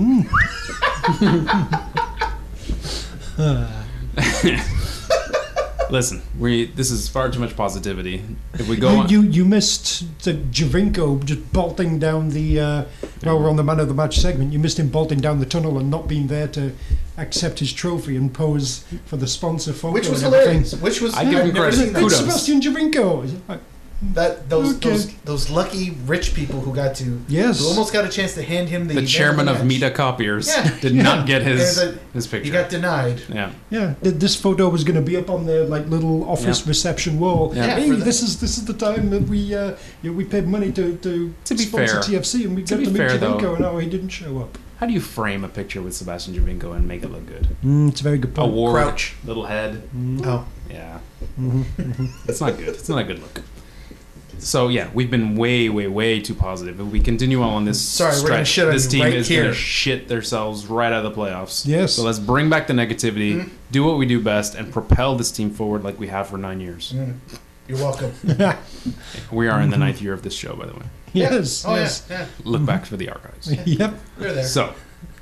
Listen, we this is far too much positivity. If we go on,
You, you you missed the Javinko just bolting down the. Uh, while we're on the man of the match segment, you missed him bolting down the tunnel and not being there to accept his trophy and pose for the sponsor photo.
which was
and everything.
hilarious. Which was
I give
I've
him
never
credit.
seen that.
It's
Kudos.
Sebastian Javinko. Is it like-
That those,
Okay.
those those lucky rich people who got to
Yes.
who almost got a chance to hand him the
the chairman of
match.
Mita Copiers
Yeah.
did not get his
There's a-
his picture.
You got denied.
yeah,
Yeah, th- this photo was going to be up on their like little office
Yeah.
reception wall.
Yeah. Yeah,
hey,
for the-
this is this is the time that we uh, you know, we paid money to to,
To be fair-
sponsor TFC and we
to
got
be
to meet
fair,
Javinko
though-
and oh he didn't show up.
how do you frame a picture with Sebastian Javinko and make it look good?
Mm, it's a very good
A
point.
war
Crouch.
little head.
Oh,
Yeah,
Mm-hmm.
[LAUGHS] it's not good. It's not a good look. So yeah, we've been way, way, way too positive. If we continue on this
Sorry, we're
stretch,
gonna shit on
this
you
team
right
is going to
here.
shit themselves right out of the playoffs.
Yes.
So let's bring back the negativity,
Mm-hmm.
do what we do best, and propel this team forward like we have for nine years.
you're welcome. Mm-hmm.
We are in the ninth year of this show, by the way.
Yes,
Oh
yes. [LAUGHS]
yeah,
Look back for the archives.
yep.
yeah. You're there.
So,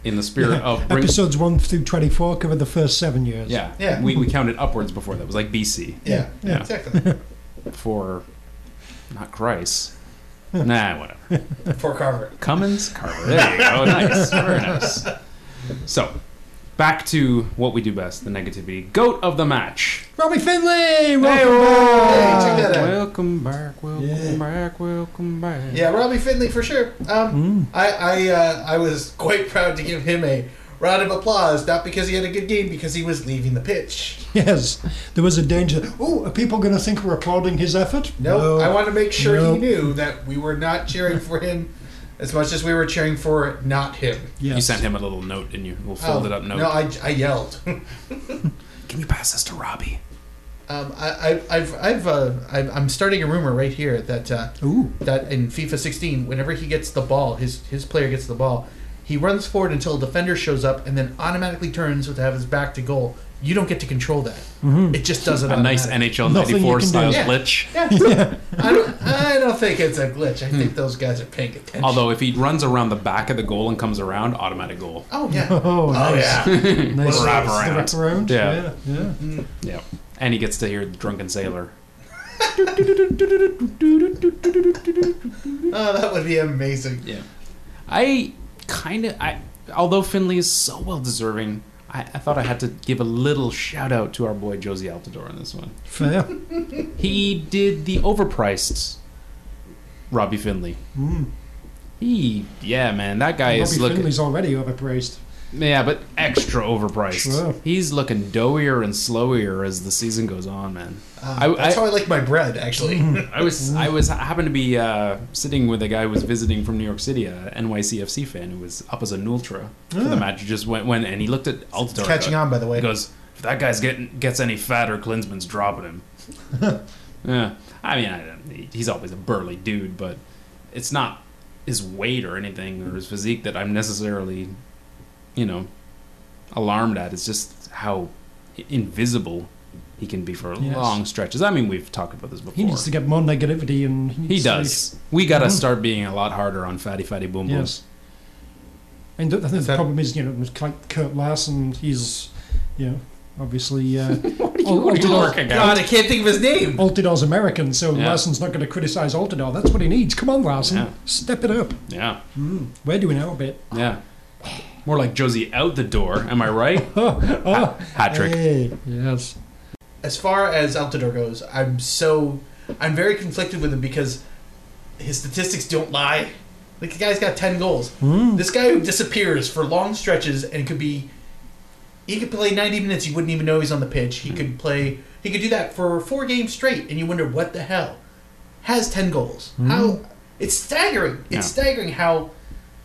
in the spirit of bring,
Episodes 1 through 24 cover the first seven years.
yeah,
Yeah.
we, we counted upwards before that. It was like BC
yeah,
Yeah.
exactly.
for not Christ. Nah, whatever.
For Carver.
Cummins Carver. There you go. Nice. Very nice. So, back to what we do best: the negativity. Goat of the match.
Robbie Finley! Welcome
Ah,
Hey,
back!
check that out.
Welcome back. Welcome
Yeah.
back. Welcome back.
Yeah, Robbie Finley for sure. Um, I I uh, I was quite proud to give him a round of applause, not because he had a good game, because he was leaving the pitch.
Yes, there was a danger. Oh, are people going to think we're applauding his effort?
No, I want to make sure
No.
he knew that we were not cheering for him as much as we were cheering for not him. Oh,
Yes.
You sent him a little note, and you will fold it up. Note.
No, I, I yelled. [LAUGHS]
Can you pass this to Robbie?
Um, I, I, I've, I've, uh, I'm I'm starting a rumor right here that uh,
Ooh.
that in FIFA 16, whenever he gets the ball, his his player gets the ball, he runs forward until a defender shows up and then automatically turns with have his back to goal. You don't get to control that. It just does it.
A nice
automatic.
NHL
Nothing you
'94
can do.
style
Yeah.
glitch.
I don't, I don't think it's a glitch. I think those guys are paying attention.
Although if he runs around the back of the goal and comes around, automatic goal.
oh yeah.
[LAUGHS] Oh,
Oh [LAUGHS]
nice.
yeah.
nice.
What a wraparound.
The wraparound.
Yeah.
Yeah. yeah,
Yeah. And he gets to hear the drunken sailor. [LAUGHS]
oh, that would be amazing.
I kind of I although Finley is so well deserving, I, I thought I had to give a little shout out to our boy Josie Altador in this one.
Fair.
He did the overpriced Robbie Finley. He, yeah, man, that guy is
Hmm. Robbie
looking.
Finley's already overpraised.
Yeah, but extra overpriced.
Sure.
He's looking doughier and slowier as the season goes on, man. I,
Uh,
That's
I, Mm-hmm.
how I like my bread, actually. [LAUGHS]
I was I was I happened to be uh, sitting with a guy who was visiting from New York City, uh, a NYCFC fan who was up as an ultra for the match. Just went when and he looked at Altidore.
Ah. Catching on, by the way.
He goes, if that guy's getting gets any fatter, Klinsman's dropping him.
[LAUGHS]
yeah, I mean, I, he- he's always a burly dude, but it's not his weight or anything or his physique that I'm necessarily, you know, alarmed at. It's just how i- invisible he can be for
Yes.
long stretches. I mean, we've talked about this before.
He needs to get more negativity, and
He
needs to-
does. We got to
Mhm.
start being a lot harder on fatty fatty boom booms.
Yes. And th- I think the
that-
problem is, you know, it's like Kurt Larson, he's, you know, obviously uh, Al-
[LAUGHS] What are you
Altidore-
working
God,
out?
I can't think of his name.
Altidore's American, so
Yeah.
Larson's not going to criticize Altidore. That's what he needs. Come on, Larson,
Yeah.
step it up.
Yeah,
We're doing our bit.
yeah. More like Josie out the door. Am I right?
Oh, oh.
Hat trick.
Hey, yes.
as far as Altidore goes, I'm so I'm very conflicted with him because his statistics don't lie. Like the guy's got ten goals. This guy who disappears for long stretches and could be he could play ninety minutes, you wouldn't even know he's on the pitch. He could play he could do that for four games straight and you wonder what the hell. Has ten goals. How it's staggering. It's
Yeah.
staggering how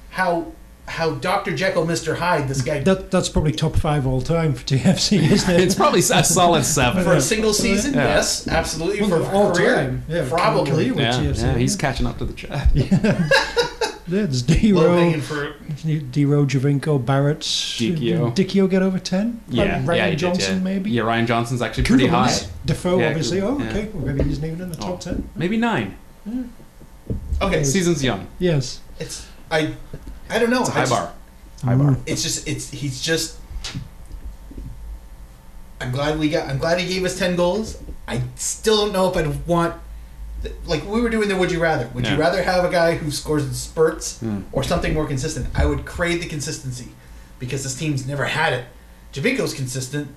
how how Dr. Jekyll, Mr. Hyde, this guy
That, that's probably top five all time for
[LAUGHS]
TFC, isn't it?
It's probably a solid seven.
for a single season,
Yeah.
yes, absolutely.
Well,
for
of all
career,
time. Yeah,
probably.
career with
yeah,
TFC.
yeah, he's catching up to the chat.
There's D
Low
Row,
hanging fruit.
D Row, Javinko, Barrett,
Dicchio.
Did Dicchio get over ten.
Yeah,
Ryan
yeah, he did,
Johnson
yeah.
maybe.
Yeah, Ryan Johnson's actually pretty high.
Kudos. Defoe,
Yeah,
obviously.
Kudos,
Oh,
yeah.
okay. Well, maybe he's not even in the
Oh.
top ten.
Maybe nine.
Okay, see,
Season's young.
Yes.
it's I, I don't know.
It's a
I
high
just-
bar. High bar.
It's just it's he's just. I'm glad we got. I'm glad he gave us ten goals. I still don't know if I'd want. Like we were doing the would you rather. Would
Yeah.
you rather have a guy who scores in spurts or something more consistent? I would crave the consistency because this team's never had it. Javinko's consistent.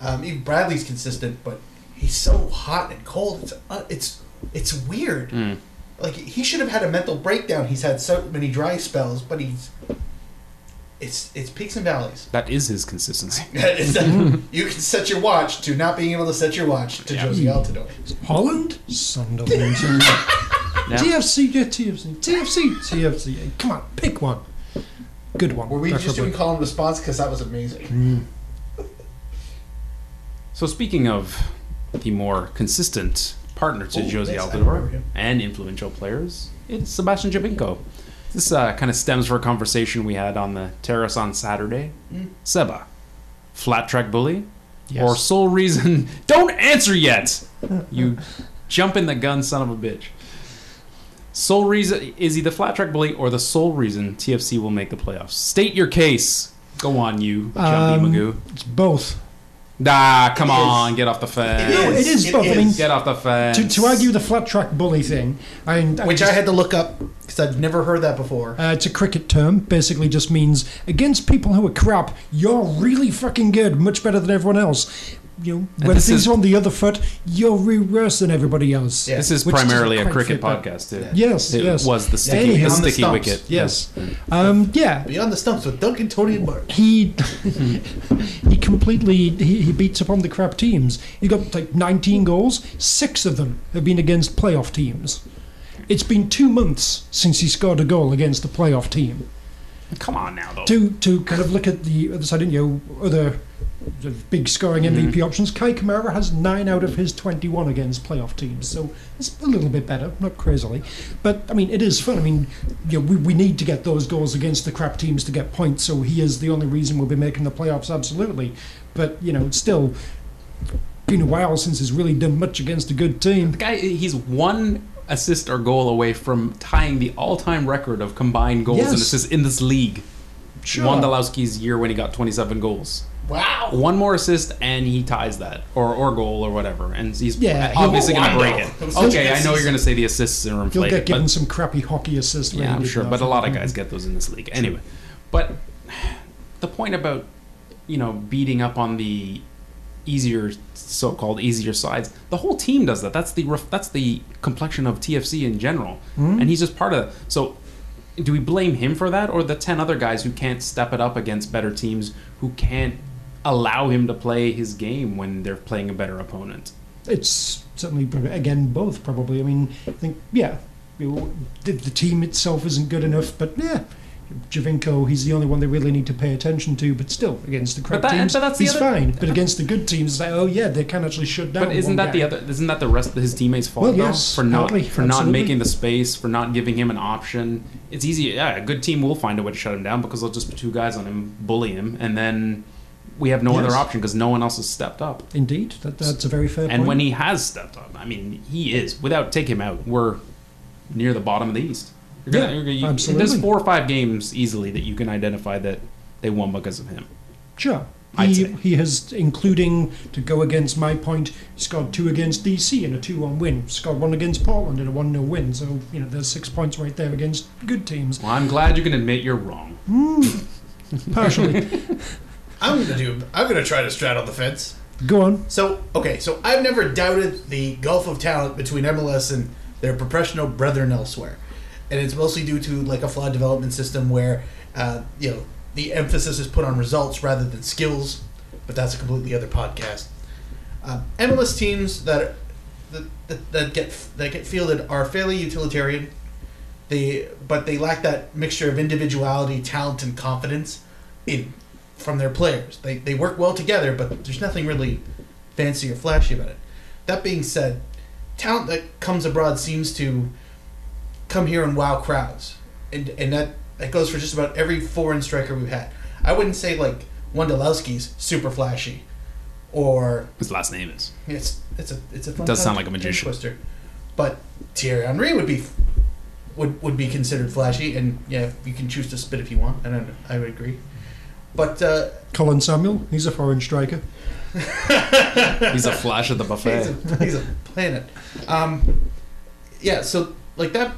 Um, even Bradley's consistent, but he's so hot and cold. It's uh, it's it's weird. Like he should have had a mental breakdown. He's had so many dry spells, but he's it's it's peaks and valleys. [LAUGHS]
That is his consistency.
It's that- you can set your watch to not being able to set your watch to Josie Altidore.
Holland, Sunderland,
[LAUGHS]
TFC, yeah, TFC, TFC, TFC. Come on, pick one. Good one.
Were we just
preferably.
doing call and response because that was amazing?
So speaking of the more consistent partner to
Ooh,
Josie
Oh, yes, I remember
Altidore
him.
and influential players, it's Sebastian Jabinko. This uh, kind of stems from a conversation we had on the terrace on Saturday.
Hmm.
Seba, flat track bully, or sole reason? [LAUGHS] Don't answer
[LAUGHS]
yet. You jump in the gun, son of a bitch. Sole reason is he the flat track bully or the sole reason TFC will make the playoffs? State your case. Go on, you jumpy
Um,
magoo.
It's both.
Nah, come
It is.
on, get off the fence.
No, it is
It
both. I mean,
is.
Get off the fence.
to, to argue the flat track bully thing, I, I
Which I
just-
had to look up because I've never heard that before.
Uh, it's a cricket term. Basically, just means against people who are crap. You're really fucking good, much better than everyone else. You know, when
this
things
is-
are on the other foot, you're way worse than everybody else.
Yeah.
This is
Which doesn't
primarily a
quite
cricket
fit that.
podcast, too.
Yes,
It
yes.
was the sticky,
Anyhow,
the
on the
sticky
stumps.
wicket.
Yes. Um, yeah.
Beyond the stumps with Duncan, Tony, and Mark.
He [LAUGHS] he completely he, he beats up on the crap teams. He got like 19 goals. Six of them have been against playoff teams. It's been two months since he scored a goal against a playoff team.
Come on now, though.
to to kind of look at the other side, you know, other sort of big scoring MVP options. Kai Kamara has nine out of his twenty-one against playoff teams, so it's a little bit better, not crazily, but I mean, it is fun. I mean, you know, we we need to get those goals against the crap teams to get points. So he is the only reason we'll be making the playoffs, absolutely. But you know, it's still. Been a while since he's really done much against a good team.
The guy, he's one assist or goal away from tying the all-time record of combined goals and
Yes.
assists in this league.
Sure.
Wondolowski's year when he got 27 goals.
Wow.
One more assist and he ties that, or or goal or whatever, and he's
Yeah, he'll-
obviously going to
Wando.
break
It was
it.
such a
Okay,
good
I know you're
season.
going to say the assists are
He'll
inflated,
get given
but
some crappy hockey assist.
Yeah, I'm sure, but a lot of guys get those in this league anyway. But the point about you know beating up on the easier so-called easier sides the whole team does that that's the ref- that's the complexion of tfc in general and he's just part of that so do we blame him for that or the 10 other guys who can't step it up against better teams who can't allow him to play his game when they're playing a better opponent
It's certainly prob- again both probably. I mean, I think yeah, you- the, the team itself isn't good enough, but yeah, Javinko he's the only one they really need to pay attention to. But still, against the crap
that-
teams,
but that's the
he's
other-
fine. But against the good teams, it's like, oh yeah, they can actually shut down.
But isn't
one
that the
guy.
other? Isn't that the rest of his teammates' fault
Well,
though?
yes,
for not
partly,
for not
absolutely.
making the space, for not giving him an option. It's easy. Yeah, a good team will find a way to shut him down because they'll just put two guys on him, bully him, and then we have no
Yes.
other option because no one else has stepped up.
Indeed, that, that's a very fair point.
And when he has stepped up, I mean, he is without take him out, we're near the bottom of the East. You're
Yeah,
you-
absolutely.
There's four or five games easily that you can identify that they won because of him.
Sure.
I'd
He,
say.
he has, including to go against my point, scored two against DC in a 2 1 win, scored one against Portland in a 1 0 win. So, you know, there's six points right there against good teams,
Well, I'm glad you can admit you're wrong.
partially.
[LAUGHS]
I'm gonna do. I'm gonna try to straddle the fence.
go on.
So okay, so I've never doubted the gulf of talent between MLS and their professional brethren elsewhere, and it's mostly due to like a flawed development system where uh, you know the emphasis is put on results rather than skills. But that's a completely other podcast. Um, MLS teams that, that that that get that get fielded are fairly utilitarian. They but they lack that mixture of individuality, talent, and confidence in from their players. They they work well together, but there's nothing really fancy or flashy about it. That being said, talent that comes abroad seems to come here and wow crowds, and and that that goes for just about every foreign striker we've had. I wouldn't say like Wondolowski's super flashy, or
His last name is.
it's it's a it's a fun
Does
time
sound like a
tongue
magician.
twister, but Thierry Henry would be would would be considered flashy, and yeah, you can choose to spit if you want, and I, I would agree. But uh,
Colin Samuel, he's a foreign striker. [LAUGHS]
He's a flash at the buffet.
he's a, he's a [LAUGHS] planet. Um, yeah, so like that.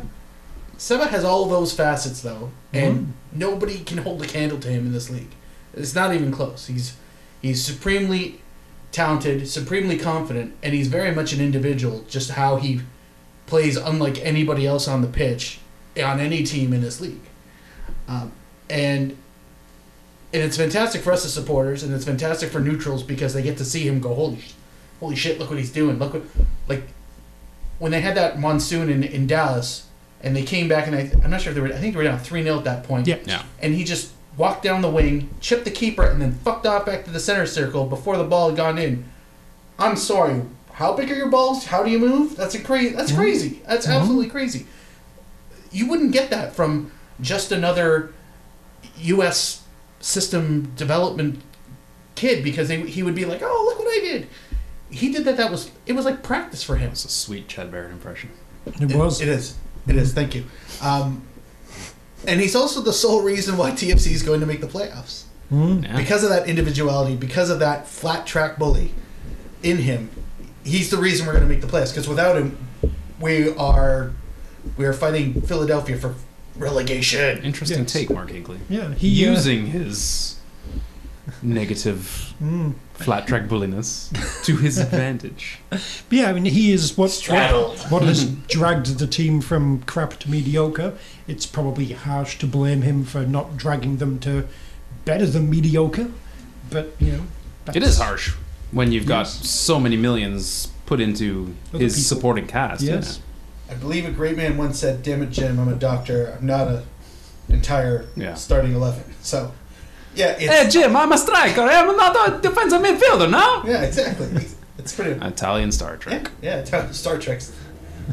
Seba has all those facets though, and nobody can hold a candle to him in this league. It's not even close. He's he's supremely talented, supremely confident, and he's very much an individual. Just how he plays, unlike anybody else on the pitch on any team in this league, um, and. And it's fantastic for us as supporters, and it's fantastic for neutrals because they get to see him go, holy sh- holy shit, look what he's doing. Look what, like, when they had that monsoon in, in Dallas and they came back, and I, I'm not sure if they were, I think they were down 3 0 at that point.
Yeah.
Yeah.
And he just walked down the wing, chipped the keeper, and then fucked off back to the center circle before the ball had gone in. I'm sorry. How big are your balls? How do you move? That's a crazy. That's
Mm-hmm.
crazy. That's absolutely crazy. You wouldn't get that from just another U.S. system development kid because they, he would be like, "Oh, look what I did." He did that. That was it. Was like practice for him.
It's a sweet Chad Barrett impression.
It was.
It is. It is. Thank you. Um, and he's also the sole reason why TFC is going to make the playoffs
Hmm.
because of that individuality, because of that flat track bully in him. He's the reason we're going to make the playoffs because without him, we are we are fighting Philadelphia for relegation.
Interesting
Yes.
take, Mark Higley.
yeah, he uh,
Using his
[LAUGHS]
negative
Hmm.
flat track bulliness to his advantage.
Yeah, I mean, he is what what, what has dragged the team from crap to mediocre. It's probably harsh to blame him for not dragging them to better than mediocre, but you know,
It
that's-
is harsh when you've got
Yes.
so many millions put into
Other
his
people.
supporting cast.
Yes.
I believe a great man once said, "Damn it, Jim, I'm a doctor. I'm not a entire
Yeah.
starting eleven. So, yeah, it's,
Hey, Jim, I'm a striker. I'm not a defensive midfielder now.
yeah, exactly. It's, it's pretty.
Italian Star Trek.
Yeah, yeah, Star- Star Trek's.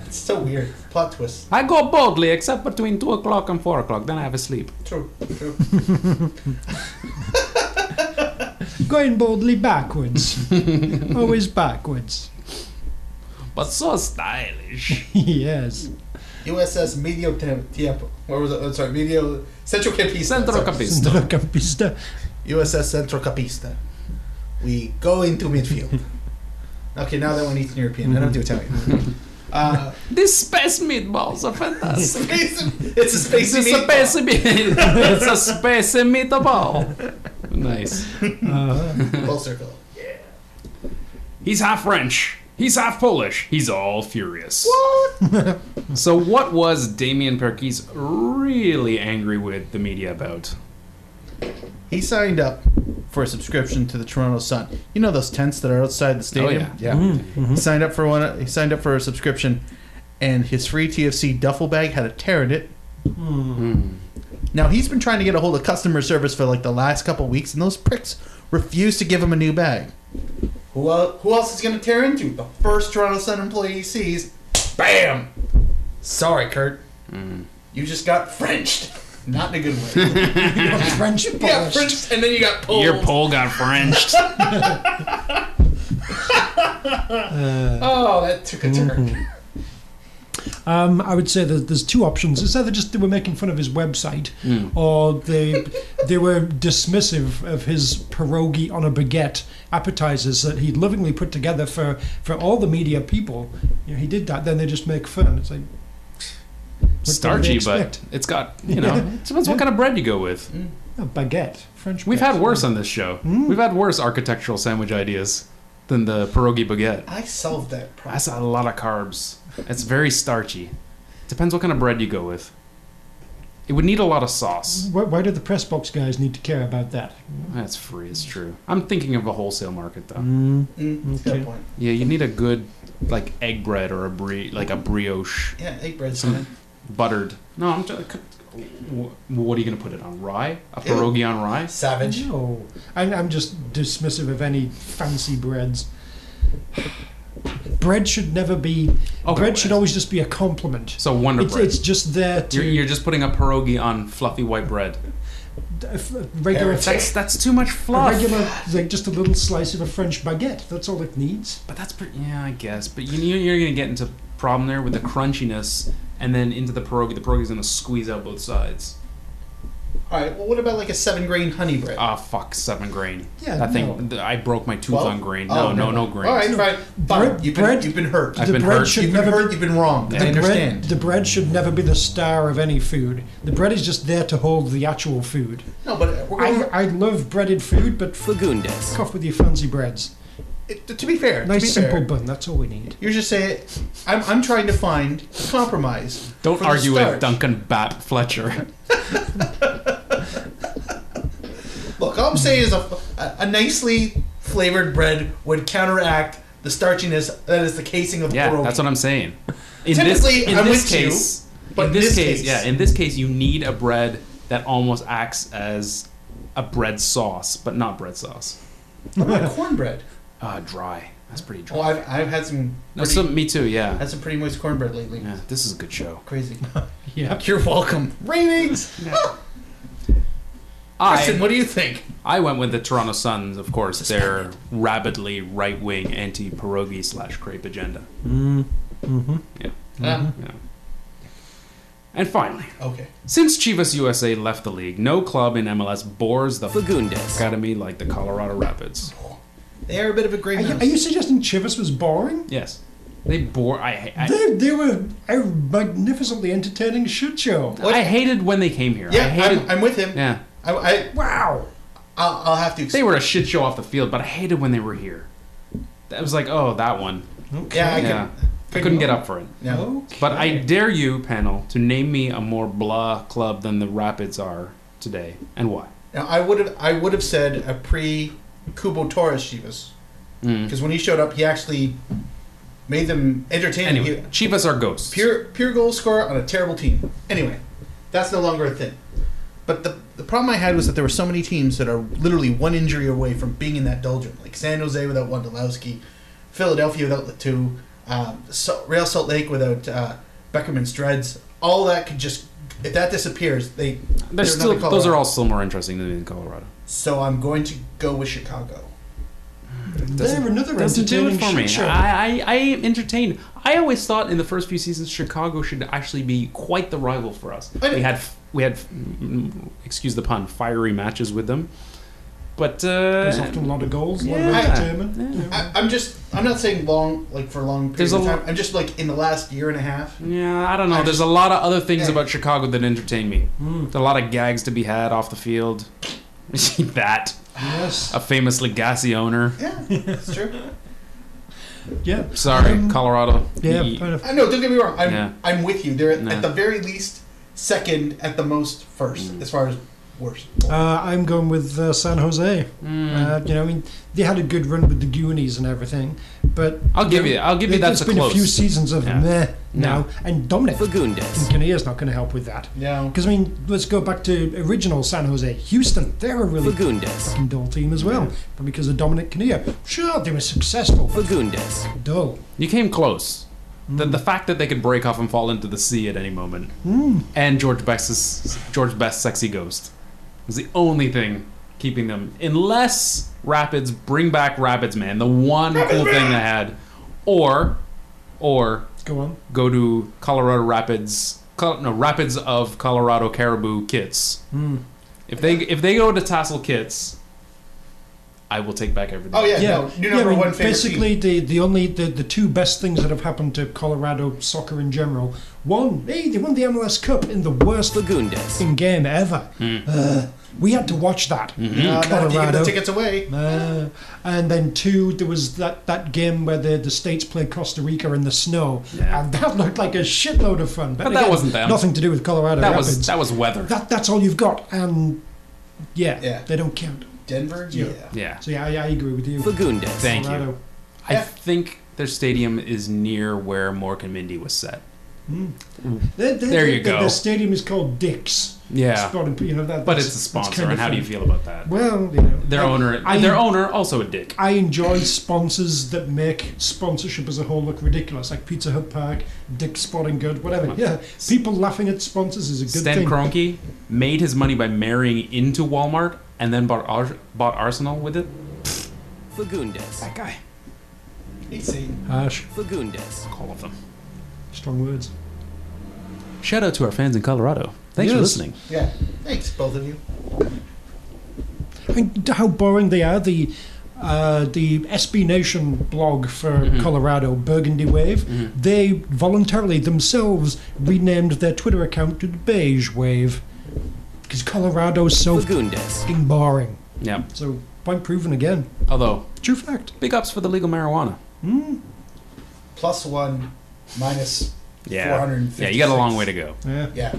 It's so weird. Plot twist.
I go boldly, except between 2 o'clock and 4 o'clock. Then I have a sleep.
True. True.
going boldly backwards, always backwards. [LAUGHS]
But so stylish.
yes,
USS Medio Tem- Tiempo. Where was it? Oh, sorry, Medio Central Campista.
Centro
sorry.
Campista.
Centrocampista.
USS Central Campista. We go into midfield. okay, now that one Eastern European. I don't do Italian. Uh,
These space meatballs
[LAUGHS]
are fantastic.
it's a
It's
spacey
a
meatball.
space meat.
[LAUGHS]
It's a space meatball. Nice.
Full circle.
He's half French. He's half Polish. He's all furious. What? so, what was Damien Perkis really angry with the media about?
He signed up for a subscription to the Toronto Sun. You know those tents that are outside the stadium.
yeah.
He signed up for one. He signed up for a subscription, and his free TFC duffel bag had a tear in it. Hmm. Now he's been trying to get a hold of customer service for like the last couple weeks, and those pricks refuse to give him a new bag. Who, el- who else is going to tear into? The first Toronto Sun employee he sees, bam. Sorry, Kurt. You just got Frenched. Not in a good way.
French
yeah,
Polish.
Frenched, and then you got pulled.
Your pole got Frenched.
Oh, that took a turn.
Um, I would say that there's two options. It's either just they were making fun of his website,
Hmm.
or they they were dismissive of his pierogi on a baguette appetizers that he lovingly put together for, for all the media people. You know, he did that. Then they just make fun. It's like what
Starchy,
did they
but
expect?
it's got, you know, it depends what kind of bread you go with.
a oh, baguette French.
We've
press.
had worse on this show. We've had worse architectural sandwich ideas than the pierogi baguette.
I solved that problem.
That's a lot of carbs. It's very starchy. Depends what kind of bread you go with. It would need a lot of sauce.
Why, why do the press box guys need to care about that?
That's free, it's true. I'm thinking of a wholesale market though.
Mm,
Okay.
Good point.
Yeah, you need a good like egg bread or a brie like a brioche
Yeah, egg bread's fine.
buttered. No, I'm just wh- what are you gonna put it on? Rye? A pierogi on rye?
Savage.
No, I'm, I'm just dismissive of any fancy breads. [SIGHS] Bread should never be.
Okay,
bread should
well,
always just be a compliment.
Oh, So wonder
it's,
bread.
it's just there to
you're, you're just putting a pierogi on fluffy white bread.
uh, f- regular,
That's that's too much
a
fluff.
regular, like just a little slice of a French baguette. That's all it needs.
But that's pretty. Yeah, I guess. But you, you- you're going to get into problem there with the crunchiness, and then into the pierogi. The pierogi's going to squeeze out both sides.
All right. Well, what about like a seven grain honey bread?
Ah, fuck, seven grain.
Yeah,
that thing.
no.
th- I broke my tooth
Well,
on grain. No,
oh,
no, no,
no.
grain.
All right, fine. fine.
bread-
you've, been,
bread-
you've been hurt.
I've
the
been
bread
hurt.
should
You've been
never
hurt. You've been wrong. I
the bread,
understand.
the bread should never be the star of any food. The bread is just there to hold the actual food.
no, but uh, we're
I,
going,
I love breaded food, but fuck
Fagundes.
off with your fancy breads.
it- to be fair, to
Nice
be
simple
fair,
bun. That's all we need.
you're just saying I'm, I'm trying to find a compromise.
Don't
for the
argue with
starch.
Duncan Bat
[LAUGHS]
Fletcher.
Look, all I'm saying is a, a, a nicely flavored bread would counteract the starchiness that is the casing of
Yeah,
pierogi.
that's what I'm saying. In
Typically,
this, in
I'm
this
with you,
case,
but
in this,
this
case,
case-
yeah, in this case, you need a bread that almost acts as a bread sauce, but not bread sauce.
[LAUGHS] What about cornbread.
Ah, dry. That's pretty dry.
Oh, I've, I've had some.
no,
pretty-
some, me too. Yeah.
had some pretty moist cornbread lately.
Yeah, this is a good show.
Crazy.
[LAUGHS] Yeah.
You're welcome. Ratings. Kristen,
I,
what do you think?
I went with the Toronto Suns, of course, their rabidly right wing anti pierogi slash crepe agenda.
Mm-hmm.
Ah,
Yeah. And finally,
okay.
since Chivas USA left the league, no club in MLS bores the fuck
Fagundes.
out of me like the Colorado Rapids.
They are a bit of a
Are you,
greenhouse.
are you suggesting Chivas was boring?
Yes. They bore. I, I,
They, they were a magnificently entertaining shit show.
I hated when they came here. I
Yeah,
hated,
I'm, I'm with him.
yeah.
I, I,
Wow.
I'll, I'll have to.
They were a shit show off the field, but I hated when they were here. That was like, oh, that one.
Yeah, I
Yeah.
can.
I couldn't get up for it.
No.
But I dare you, panel, to name me a more blah club than the Rapids are today, and why?
Now I would have I would have said a pre Kubo Torres Chivas
Mm.
because when he showed up, he actually made them entertaining.
Anyway,
He-
Chivas are ghosts.
pure pure goal scorer on a terrible team. Anyway, that's no longer a thing. But the the problem I had was that there were so many teams that are literally one injury away from being in that doldrum, like San Jose without Wondolowski, Philadelphia without the two, um, Salt, Real Salt Lake without uh, Beckerman's dreads. All that could just if that disappears, they
They're
they're
still,
another
those are
Colorado.
all still more interesting to me than Colorado.
So I'm going to go with Chicago.
They're another
Doesn't do it
entertaining
for
shit
me.
show.
I, I, I am entertained. I always thought in the first few seasons Chicago should actually be quite the rival for us.
I know.
We had we had mm, excuse the pun fiery matches with them, But uh,
There's often a lot of goals. a lot of
Yeah.
goals determined.
I, I'm just. I'm not saying long, like for a long
There's
periods of
a lo-
time. I'm just like in the last year and a half.
yeah, I don't know. There's a lot of other things about Chicago that entertain me.
Hmm.
There's a lot of gags to be had off the field. [LAUGHS] that
Yes.
a famous Legacy owner.
[SIGHS]
[LAUGHS]
Yeah, that's true.
Yeah.
Sorry, Colorado.
Yeah. uh,
He-
fair enough.
I know. Don't get me wrong. I'm.
Yeah.
I'm with you. They're at,
No.
at the very least second, at the most first,
Mm.
as far as worst.
Uh, I'm going with uh, San Jose.
Hmm.
Uh, you know, I mean, they had a good run with the Goonies and everything, but
I'll give you. I'll give you
it,
that's
has
a
been
close.
a few seasons of
Yeah.
meh now,
No.
and Dominic
Fagundes.
Kinnear's not going to help with that.
No.
Because I mean, let's go back to original San Jose, Houston. They're a really
Fagundes.
fucking dull team as well, but because of Dominic Kinnear, sure they were successful, but
Fagundes.
dull.
You came close. The, the fact that they could break off and fall into the sea at any moment, and George Best's George Best's sexy ghost was the only thing keeping them. Unless Rapids bring back Rapids, man, the one cool thing they had, or or
Go on.
go to Colorado Rapids, Col- no Rapids of Colorado Caribou Kits.
Hmm.
If they if they go to Tassel Kits, I will take back everything.
Oh yeah.
Yeah,
No. New
yeah,
number
I mean,
one favorite. team.
Basically, the, the only the, the two best things that have happened to Colorado soccer in general. One, hey, they won the MLS Cup in the worst
Fagundes.
fucking game ever.
Hmm.
Uh, we had to watch that.
Mm-hmm. Mm.
in
Uh, now, if you give
Colorado.
the tickets away.
Uh, and then two, there was that, that game where the, the states played Costa Rica in the snow,
Yeah.
and [LAUGHS] that looked like a shitload of fun. But,
But that
again,
wasn't them.
Nothing to do with Colorado
that
Rapids.
was that was weather.
that, that's all you've got, and yeah,
Yeah.
they don't count.
Denver.
Yeah.
Yeah.
Yeah.
So yeah, I, I agree with you.
Fagundes.
Thank you.
Colorado.
I
Yeah.
think their stadium is near where Mork and Mindy was set.
They- they-
There
they-
you
the,
go.
The stadium is called Dick's.
Yeah.
It's not a- you know, that-
But
that's-
it's a
that's
sponsor,
kind
and
of
how do you
fun.
feel about that?
Well, you know,
Their
I-
owner,
I,
their owner, also a dick.
I enjoy sponsors that make sponsorship as a whole look ridiculous, like Pizza Hut Park, Dick's Sporting
[LAUGHS]
Good, whatever. Yeah, people laughing at sponsors is a good
Stan
thing.
Kroenke made his money by marrying into Walmart and then bought Ar- bought Arsenal with it.
Fagundes.
that guy.
Easy.
Harsh,
Fagundes.
All of them.
strong words.
Shout out to our fans in Colorado. Thanks for
Yes.
listening.
Yeah. Thanks, both of you.
I mean, d- how boring they are. The uh, the SB Nation blog for Colorado, Burgundy Wave, they voluntarily themselves renamed their Twitter account to the Beige Wave because Colorado's so
Fagundes.
fucking boring.
Yeah.
So point proven again.
Although,
True fact.
big ups for the legal marijuana.
Plus one, minus
Yeah.
456.
Yeah, you got a long way to go.
Yeah.
Yeah,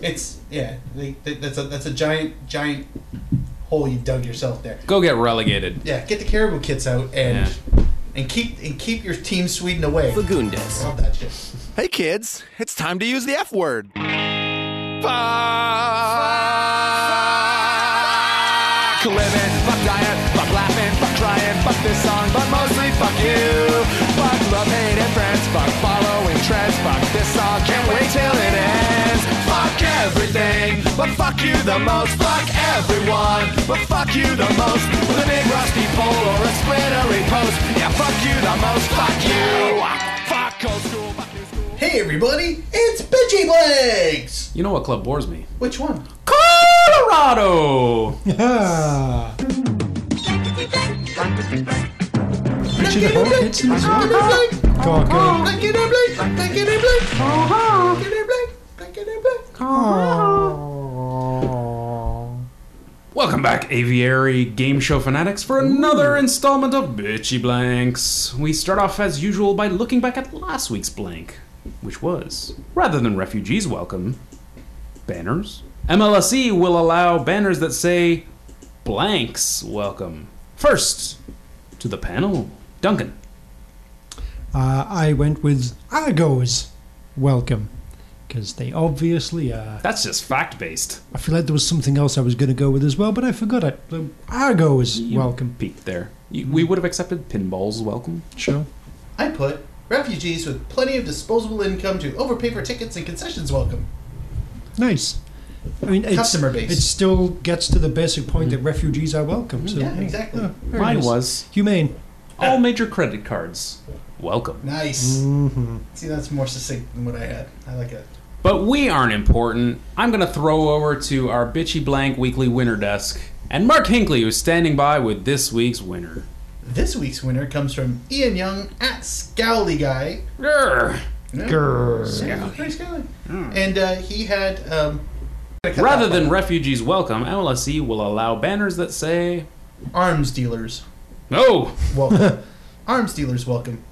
it's yeah. They, they, that's a that's a giant giant hole you dug yourself there.
Go get relegated.
Yeah, get the caribou kits out and and keep and keep your team Sweden away.
Fagundes.
Love that shit.
Hey kids, it's time to use the F word. Fuck living, fuck dying, fuck laughing, fuck crying, fuck this song, but mostly fuck you. Fuck love, hate, and friends, fuck following trends, fuck this song, can't wait till it ends. Fuck everything, but fuck you the most. Fuck everyone, but fuck you the most. With a big rusty pole or a splittery post, yeah, fuck you the most. Fuck you. Fuck old school. Fuck new school.
Hey everybody, it's Benji Legs.
You know what club bores me?
Which one?
Colorado.
Ah. Richard Hawk hits him as well. Go on, go on.
Black and black, black and black, black and black, black and black.
Welcome back, aviary game show fanatics, for another installment of Bitchy Blanks. We start off as usual by looking back at last week's blank, which was rather than refugees welcome, banners. MLSE E will allow banners that say blanks welcome. First, to the panel, Duncan.
Uh, I went with Argos. Welcome. Because they obviously are.
That's just fact based.
I feel like there was something else I was going to go with as well, but I forgot it. So Argos, welcome.
Peaked there. You, we would have accepted pinballs welcome.
Sure.
I put refugees with plenty of disposable income to overpay for tickets and concessions welcome.
Nice. I mean, it's,
Customer base.
It still gets to the basic point that refugees are welcome. So, Oh,
Yeah, exactly.
very
Mm. Mine
nice.
was
humane.
all major credit cards welcome.
Nice. See, that's more succinct than what I had. I like it.
But we aren't important. I'm going to throw over to our bitchy blank weekly winner desk and Mark Hinckley, who's standing by with this week's winner.
This week's winner comes from Ian Young at Scowly Guy.
Grr.
No?
Grr.
Yeah, very Scowly. And uh, he had. Um,
Hmm. Rather than refugees welcome, MLSE E will allow banners that say,
Arms dealers.
"No, [LAUGHS]
Welcome. Arms dealers welcome.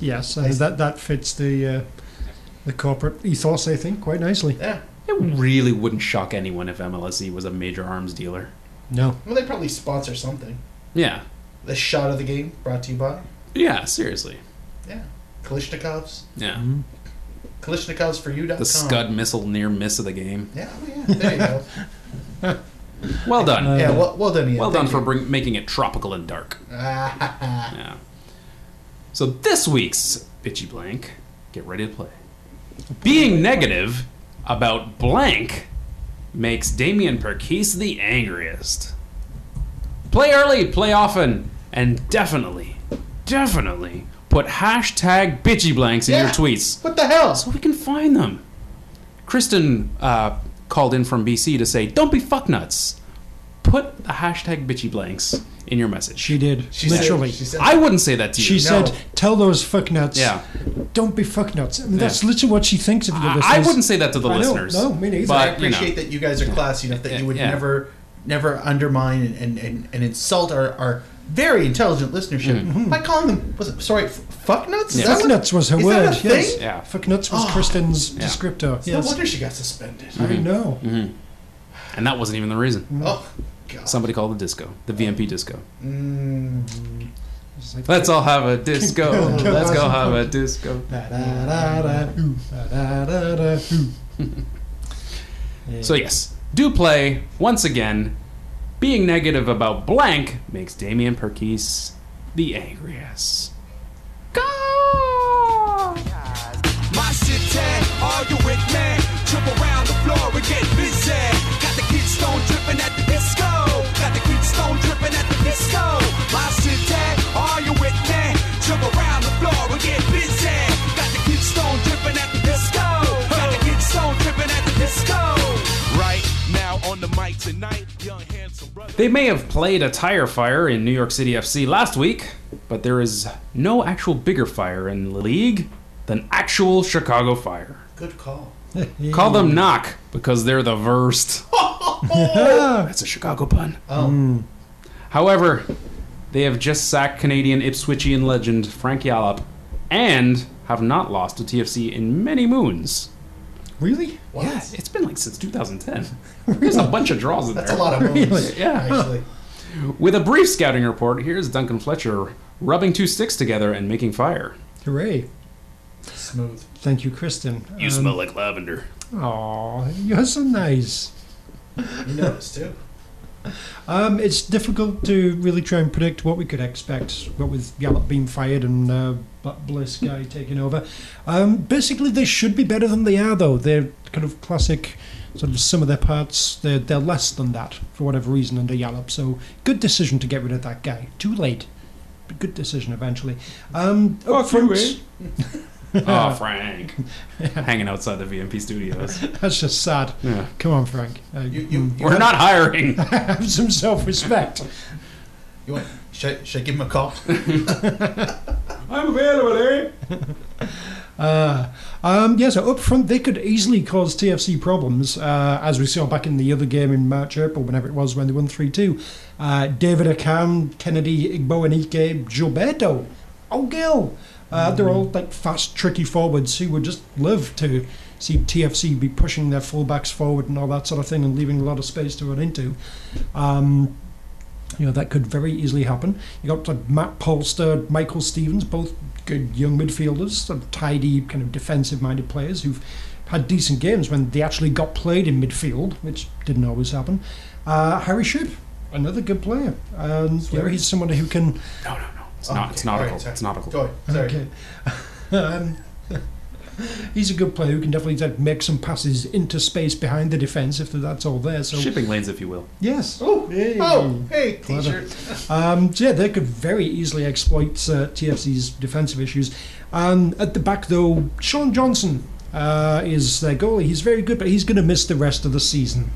Yes, and that that fits the uh, the corporate ethos, I think, quite nicely.
Yeah.
it really wouldn't shock anyone if MLSE E was a major arms dealer."
No,
Well, they probably sponsor something.
Yeah,
The shot of the game brought to you by.
yeah, seriously,
Yeah. Kalishnikovs.
yeah.
Kalishnikovs for you.
The Scud missile near miss of the game.
Yeah, oh yeah. There you go.
[LAUGHS] Well done,
yeah, well, well done, Ian.
well done
Thank
for
you.
bring, making it tropical and dark.
Ah,
Yeah. So this week's bitchy blank, get ready to play. Being negative about blank makes Damien Perkis the angriest. Play early, play often, and definitely, definitely put hashtag bitchy blanks in
Yeah.
your tweets
[LAUGHS] what the hell?
so we can find them. Kristen uh, called in from BC to say, "Don't be fucknuts. Put the hashtag bitchy blanks in your message."
she did.
She said-
literally.
she said,
I wouldn't say that to you.
she
No.
said, "Tell those fucknuts,
Yeah.
don't be fucknuts." And that's literally what she thinks of you.
I, I wouldn't say that to the
I know,
listeners.
no, me neither.
But,
I
you know,
appreciate that you guys are classy enough that you would
Yeah.
never, never undermine and, and, and, and insult our, our very intelligent listenership
Mm-hmm.
by calling them. Was it sorry? F- fuck nuts? Is that what-
Fucknuts was her
is
word.
that a thing?
yes.
Yeah.
Fucknuts was
Oh.
Kristen's descriptor.
No
Yes. Mm-hmm.
wonder she got suspended.
I know.
and that wasn't even the reason.
Oh god.
Somebody called the disco, the VMP disco.
Mm.
It's like,
Let's all have a disco. Let's go have a disco.
da-da-da-da, ooh, da-da-da-da, ooh.
So yes, do play once again. Being negative about blank makes Damien Perkis the angriest. Go!
My shit tag, are you with me? Trip around the floor and get busy. Got the kids stone dripping at the disco. Got the kids stone dripping at the disco. My shit tag, are you with me? Trip around the floor and get busy. Got the kids stone dripping at the disco. Got the kids stone dripping at the disco. Right now on the mic tonight, young handsome brother.
They may have played a tire fire in New York City FC last week, but there is no actual bigger fire in the league than actual Chicago Fire.
Good call.
Call them knock because they're the worst. [LAUGHS] That's a Chicago pun. Hmm.
Oh.
However, they have just sacked Canadian Ipswichian legend Frank Yallop and have not lost to TFC in many moons.
Really?
What?
Yeah, it's been like since 2010. There's a bunch of draws in
That's a
there.
lot of moves.
Yeah.
Actually.
With a brief scouting report, here's Duncan Fletcher rubbing two sticks together and making fire.
Hooray!
Smooth.
Thank you, Kristen. Um,
You
Um,
smell like
[LAUGHS]
lavender.
Aw, you're so nice.
You noticed too.
Um, it's difficult to really try and predict what we could expect, what with Gallup being fired and uh, that Bliss guy taking over. Um, basically, they should be better than they are, though. They're kind of classic, sort of some of their parts, they're, they're less than that for whatever reason under Gallup. So, good decision to get rid of that guy. Too late. But good decision eventually. Um, up front,
[LAUGHS] Oh, Frank. Hanging outside the VMP studios.
[LAUGHS] that's just sad.
[LAUGHS] Yeah.
Come on, Frank. Uh,
You you, you
[LAUGHS] We're not hiring.
[LAUGHS] have some self respect.
You want, should, I, should I give him a call?
I'm available, eh?
Uh, um, yeah, so up front, they could easily cause TFC problems, uh, as we saw back in the other game in March, April, whenever it was when they won 3 2. Uh, David Akam, Kennedy, Igbo Anike, Gilberto, O'Gill. Uh, They're all like fast, tricky forwards who would just love to see TFC be pushing their fullbacks forward and all that sort of thing and leaving a lot of space to run into. Um, you know, that could very easily happen. You got like, Matt Polster, Michael Stevens, both good young midfielders, sort of tidy, kind of defensive minded players who've had decent games when they actually got played in midfield, which didn't always happen. Uh, Harry Shoup, another good player. Um, you know, he's someone who can.
No, no, [LAUGHS] no. It's not. It's
Okay,
nautical.
alright, sorry.
it's nautical.
Go ahead. Sorry.
Okay. um, he's a good player who can definitely like, make some passes into space behind the defence if that's all there. So
Shipping lanes, if you will.
yes.
Oh,
Hey.
oh, hey,
Clever.
t-shirt.
Um, so yeah, they could very easily exploit uh, TFC's defensive issues. Um, at the back, though, Sean Johnson uh, is their goalie. He's very good, but he's going to miss the rest of the season.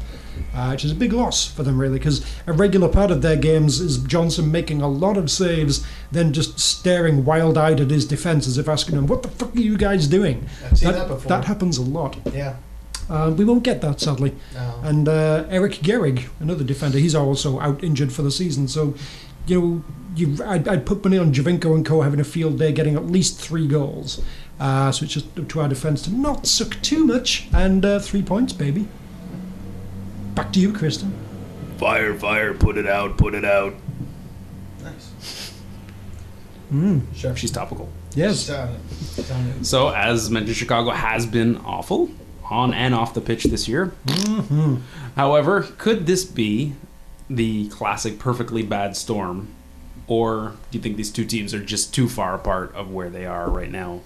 uh, which is a big loss for them, really, because a regular part of their games is Johnson making a lot of saves, then just staring wild eyed at his defence as if asking him, What the fuck are you guys doing?
I've seen that before.
happens a lot.
Yeah.
Uh, we won't get that, sadly.
No.
And uh, Eric Gehrig, another defender, he's also out injured for the season. So, you know, you, I'd, I'd put money on Javinko and co having a field day, getting at least three goals. Uh, so it's just up to our defence to not suck too much. And uh, three points, baby. Back to you, Kristen.
Fire, fire, put it out, put it out.
Nice.
Mm.
She's topical.
Yes.
Done. Done.
So, as mentioned, Chicago has been awful on and off the pitch this year.
Mm-hmm.
However, could this be the classic perfectly bad storm? Or do you think these two teams are just too far apart of where they are right now?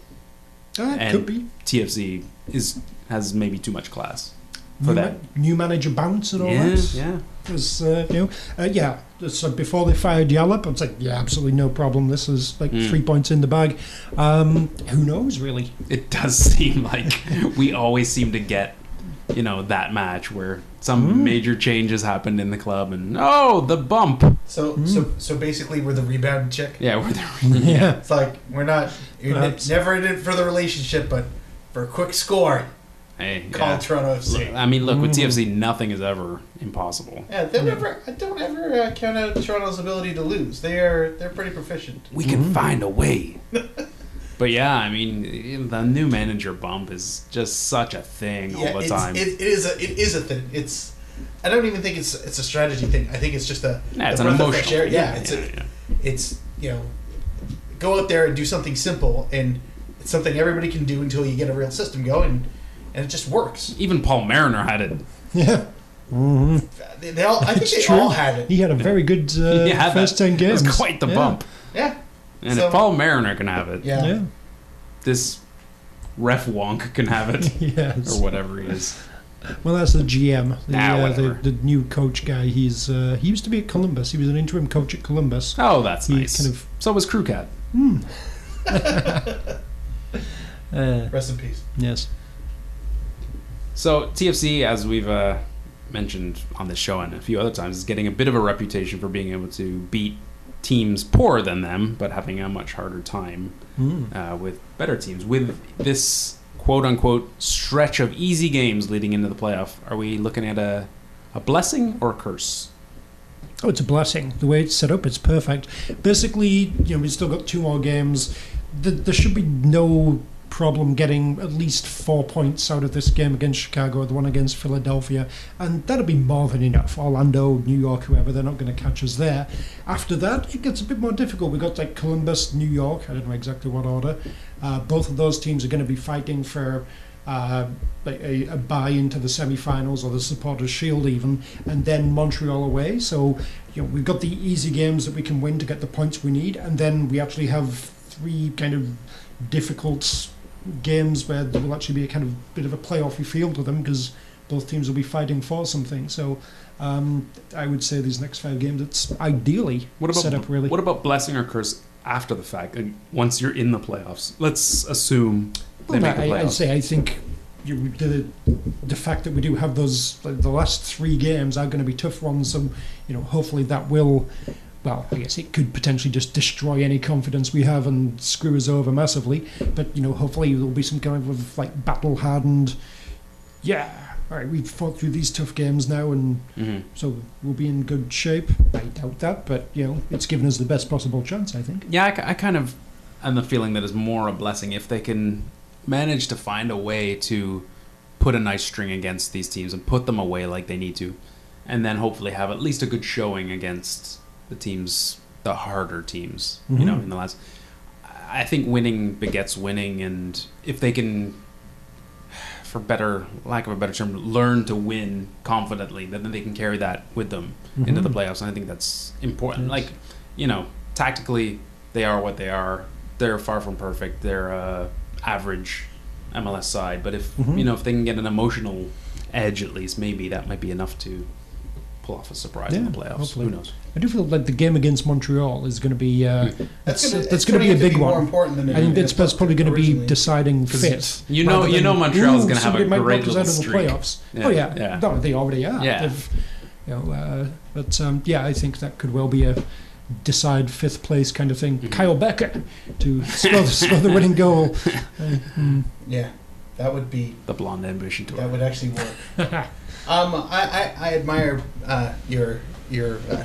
Uh,
And
could be.
TFC is has maybe too much class for
New, ma-
that.
new manager bounce and all
Yeah,
that.
yeah.
As, uh, you know, uh, yeah. So before they fired Yallop, I was like, yeah, absolutely no problem. This is like
Hmm.
three points in the bag. Um, who knows,
[LAUGHS]
really?
It does seem like we always seem to get, you know, that match where some
Mm-hmm.
major changes happened in the club and oh, the bump.
So, so, so basically, we're the rebound chick.
Yeah, we're there.
Yeah.
It's like we're not you're ne-
Perhaps.
never in it for the relationship, but for a quick score,
Hey,
call
yeah.
Toronto FC.
Look, I mean, look, with TFC, nothing is ever impossible.
Yeah, don't ever don't ever uh, count out Toronto's ability to lose. They are they're pretty proficient.
We can
Mm-hmm.
find a way. [LAUGHS] but yeah, I mean, the new manager bump is just such a thing
yeah,
all the
it's,
time.
It, it is a it is a thing. It's I don't even think it's it's a strategy thing. I think it's just a
Nah, it's
a
an
breath of
emotional.
fresh air.
thing.
Yeah, it's a,
yeah.
it's you know go out there and do something simple and it's something everybody can do until you get a real system going and it just works.
Even Paul Mariner had it.
Yeah.
They, they all I think
It's
they
true.
all had it.
He had a very good
[LAUGHS]
uh,
He had
first
that.
10 games.
It was quite the
Yeah.
bump.
Yeah.
And
So-
if Paul Mariner can have it,
Yeah.
Yeah.
this ref wonk can have it.
[LAUGHS] Yes.
or whatever he is.
Well, that's the GM, the,
Nah,
uh,
Ah, whatever.
the, the new coach guy. He's uh, he used to be at Columbus. He was an interim coach at Columbus.
Oh, that's
He
nice.
kind of-
So was Crew Cat.
Uh,
Rest in peace.
yes.
So TFC, as we've uh, mentioned on this show and a few other times, is getting a bit of a reputation for being able to beat teams poorer than them, but having a much harder time
Hmm.
uh, with better teams. With this quote unquote stretch of easy games leading into the playoff, are we looking at a a blessing or a curse?
Oh, it's a blessing. The way it's set up, it's perfect. Basically, you know, we've still got two more games. Th there should be no problem getting at least four points out of this game against Chicago, the one against Philadelphia, and that'll be more than enough. Orlando, New York, whoever, they're not going to catch us there. After that, it gets a bit more difficult. We've got like Columbus, New York, I don't know exactly what order. Uh, both of those teams are going to be fighting for uh, like a, a buy into the semi-finals or the Supporters Shield even, and then Montreal away. So you know, we've got the easy games that we can win to get the points we need, and then we actually have three kind of difficult games where there will actually be a kind of bit of a playoffy feel to them because both teams will be fighting for something. So um, I would say these next five games, it's ideally
What about
set up really.
What about blessing or curse after the fact? And once you're in the playoffs, let's assume they
Well,
make the
I, I'd
playoffs.
say I think you, the the fact that we do have those like, the last three games are going to be tough ones. So you know, hopefully that will. Well, I guess it could potentially just destroy any confidence we have and screw us over massively. But you know, hopefully there'll be some kind of like battle hardened. Yeah, all right, we've fought through these tough games now, and
Mhm.
so we'll be in good shape. I doubt that, but you know, it's given us the best possible chance. I think.
Yeah, I, ki- I kind of am the feeling that is more a blessing if they can manage to find a way to put a nice string against these teams and put them away like they need to, and then hopefully have at least a good showing against the teams, the harder teams, you know, in the last. I think winning begets winning, and if they can, for better lack of a better term, learn to win confidently, then then they can carry that with them into the playoffs. And I think that's important. Like, you know, tactically, they are what they are. They're far from perfect. They're uh, average MLS side, but if you know if they can get an emotional edge, at least maybe that might be enough to pull off a surprise in the playoffs.
hopefully.
Who knows?
I do feel like the game against Montreal is going to be uh, that's
gonna-
that's
it's
going to be a
turning to
big
be more
one.
important than it-
I think that's
than it
that's probably going to be
originally.
deciding fifth.
you know-
rather
you
than,
know Montreal's
"Ooh,
gonna have a
somebody might
great
knock us
little
out of the
streak."
playoffs.
Yeah,
Oh yeah,
yeah.
no, they already are.
Yeah.
They've- you know, uh, but um, yeah, I think that could well be a decide fifth place kind of thing.
Mm-hmm.
Kyle Becker to [LAUGHS] score, score the
[LAUGHS]
winning goal.
Yeah, that would be
The blonde ambition tour.
that would actually work. um, I, I, I admire uh, your your uh,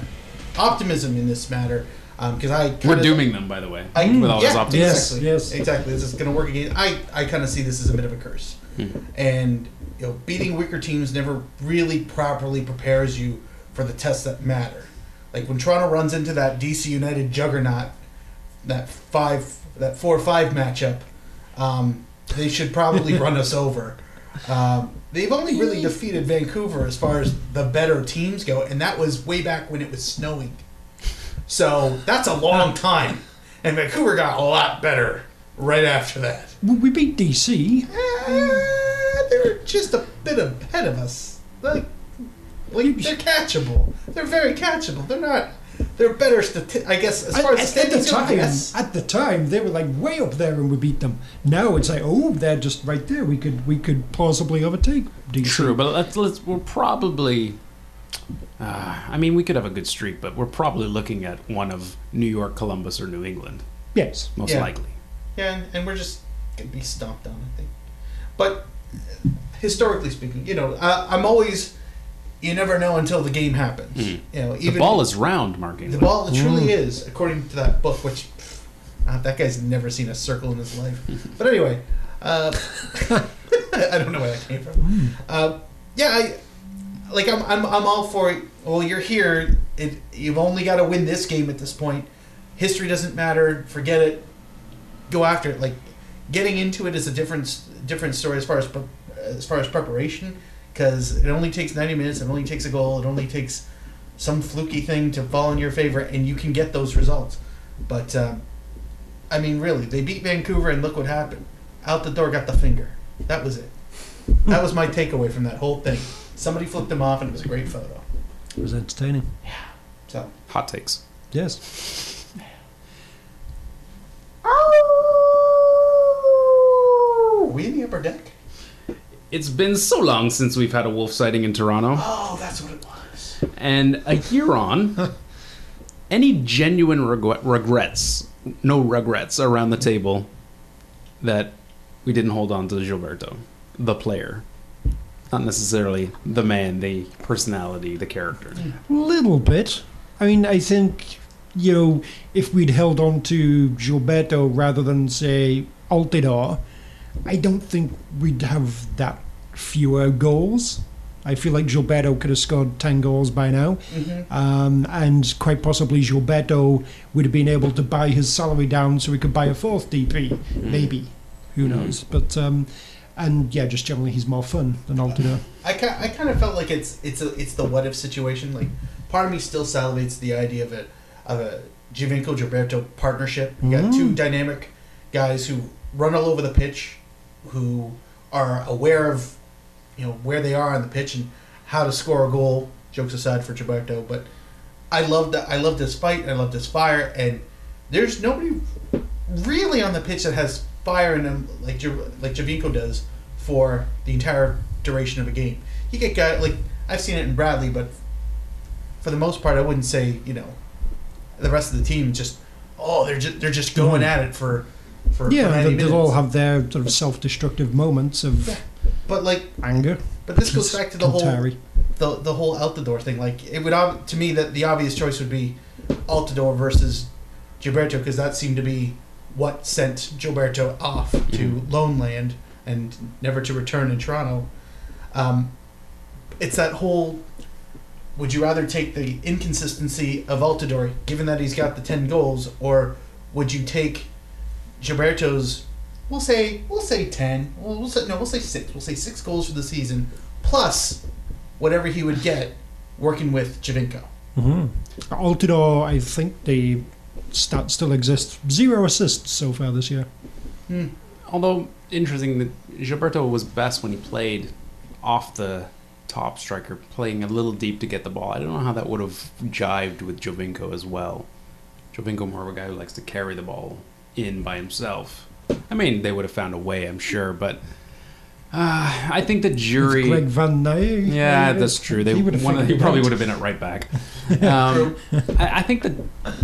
optimism in this matter because I kinda-
We're dooming them, by the way,
I,
with all
yeah,
this optimism.
Mm. Yes,
Exactly.
yes.
Exactly. This is going to work again. I, I kind of see this as a bit of a curse,
Hmm.
and you know, beating weaker teams never really properly prepares you for the tests that matter. Like when Toronto runs into that DC United juggernaut, that five, that four five matchup, um, they should
[LAUGHS]
probably run us over. Um, they've only really defeated Vancouver as far as the better teams go, and that was way back when it was snowing. So that's a long time. And Vancouver got a lot better right after that.
Well, we beat DC.
Uh, they were just a bit ahead of us. Like, like they're catchable. They're very catchable. They're not. They're better. Stati- I guess as far
At,
as
at the
statistics go,
time,
yes.
at the time, they were like way up there, and we beat them. Now it's like, oh, they're just right there. We could we could possibly overtake DC.
True, but let's, let's we're probably. Uh, I mean, we could have a good streak, but we're probably looking at one of New York, Columbus, or New England,
Yes.
most
Yeah.
likely.
Yeah, and, and we're just gonna be stomped on. I think. But uh, historically speaking, you know, I, I'm always. You never know until the game happens. You know, even
Mm-hmm. The ball is round, Mark England.
The ball it truly is, according to that book, which pff, uh, that guy's never seen a circle in his life. But anyway, uh, [LAUGHS] I don't know where that came from. Uh, yeah, I like I'm, I'm I'm all for it. Well, you're here. It you've only got to win this game at this point. History doesn't matter. Forget it. Go after it. Like getting into it is a different different story as far as pre- as far as preparation because it only takes 90 minutes. It only takes a goal. It only takes some fluky thing to fall in your favor, and you can get those results. But um, I mean, really, they beat Vancouver, and look what happened. Out the door, got the finger. That was it. That was my takeaway from that whole thing. Somebody flipped them off, and it was a great photo.
It was entertaining.
So
Hot takes.
Yes.
were we in the upper deck?
It's been so long since we've had a wolf sighting in
[GASPS]
Toronto. [LAUGHS]
Oh, that's what it was.
And a year on, any genuine regre- regrets, no regrets around the table that we didn't hold on to Gilberto, the player. Not necessarily the man, the personality, the character.
Little bit. I mean, I think, you know, if we'd held on to Gilberto rather than, say, Altidore, I don't think we'd have that fewer goals. I feel like Gilberto could have scored 10 goals by now. Um, and quite possibly Gilberto would have been able to buy his salary down so he could buy a fourth DP, maybe. Who knows? But, um, and yeah, just generally he's more fun than Altidore.
I, ki- I kind of felt like it's it's a, it's the what if situation. Like part of me still salivates the idea of a of a Giovinco Gilberto partnership. You got two dynamic guys who run all over the pitch, who are aware of you know where they are on the pitch and how to score a goal. Jokes aside for Gilberto, but I love that I love this fight. I love this fire, and there's nobody really on the pitch that has fire in him like Jo- like Javinko does for the entire duration of a game. You get guy like I've seen it in Bradley, but for the most part, I wouldn't say you know the rest of the team just oh they're just they're just going at it for for for
Mm-hmm. Yeah,
90
they,
minutes.
they'll all have their sort of self-destructive moments of
but like
anger.
but this goes back to the whole
Contari.
the the whole out the door thing. Like it would ob- to me that the obvious choice would be Altador versus Gilberto because that seemed to be what sent Gilberto off to Lone Land and never to return in Toronto. Um, it's that whole. Would you rather take the inconsistency of Altador, given that he's got the ten goals, or would you take Gilberto's? We'll say we'll say ten. We'll, we'll say no. We'll say six. We'll say six goals for the season plus whatever he would get working with Javinko.
Altidore, I think the stat still exists. Zero assists so far this year.
Although, interesting that Gilberto was best when he played off the top striker playing a little deep to get the ball. I don't know how that would have jived with Jovinko as well. Jovinko more of a guy who likes to carry the ball in by himself. I mean, they would have found a way, I'm sure, but uh, I think the jury.
Greg Van Nye.
Yeah, that's true. They
he
he,
would've
one of, he
figured it
probably
out.
would have been at right
[LAUGHS]
back. Um, I, I think the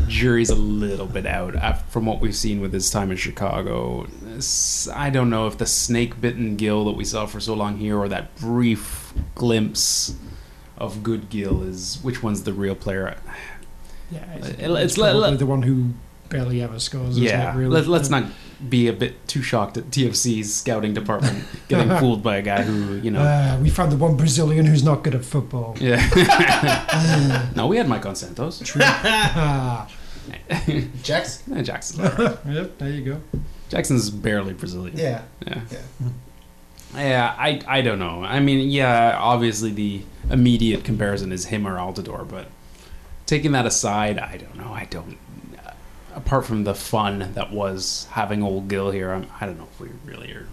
jury's a little bit out uh, from what we've seen with his time in Chicago. This- I don't know if the snake-bitten Gill that we saw for so long here, or that brief glimpse of good Gill, is which one's the real player.
Yeah, it's,
Uh, let's
it's
let-
probably
let-
the one who barely ever scores. isn't
yeah,
it, really?
let, let's not be a bit too shocked at TFC's scouting department
[LAUGHS]
getting fooled by a guy who you know.
Uh, we found the one Brazilian who's not good at football.
yeah.
[LAUGHS]
[LAUGHS] no, we had Mike on Santos.
Ah,
Jax?
Eh, Jackson's all right.
yep, there you go.
Jackson's barely Brazilian.
Yeah.
Yeah.
Yeah.
Yeah, I, I don't know. I mean, yeah, obviously the immediate comparison is him or Altidore, but taking that aside, I don't know. I don't. Apart from the fun that was having old Gil here, I'm, I don't know if we really are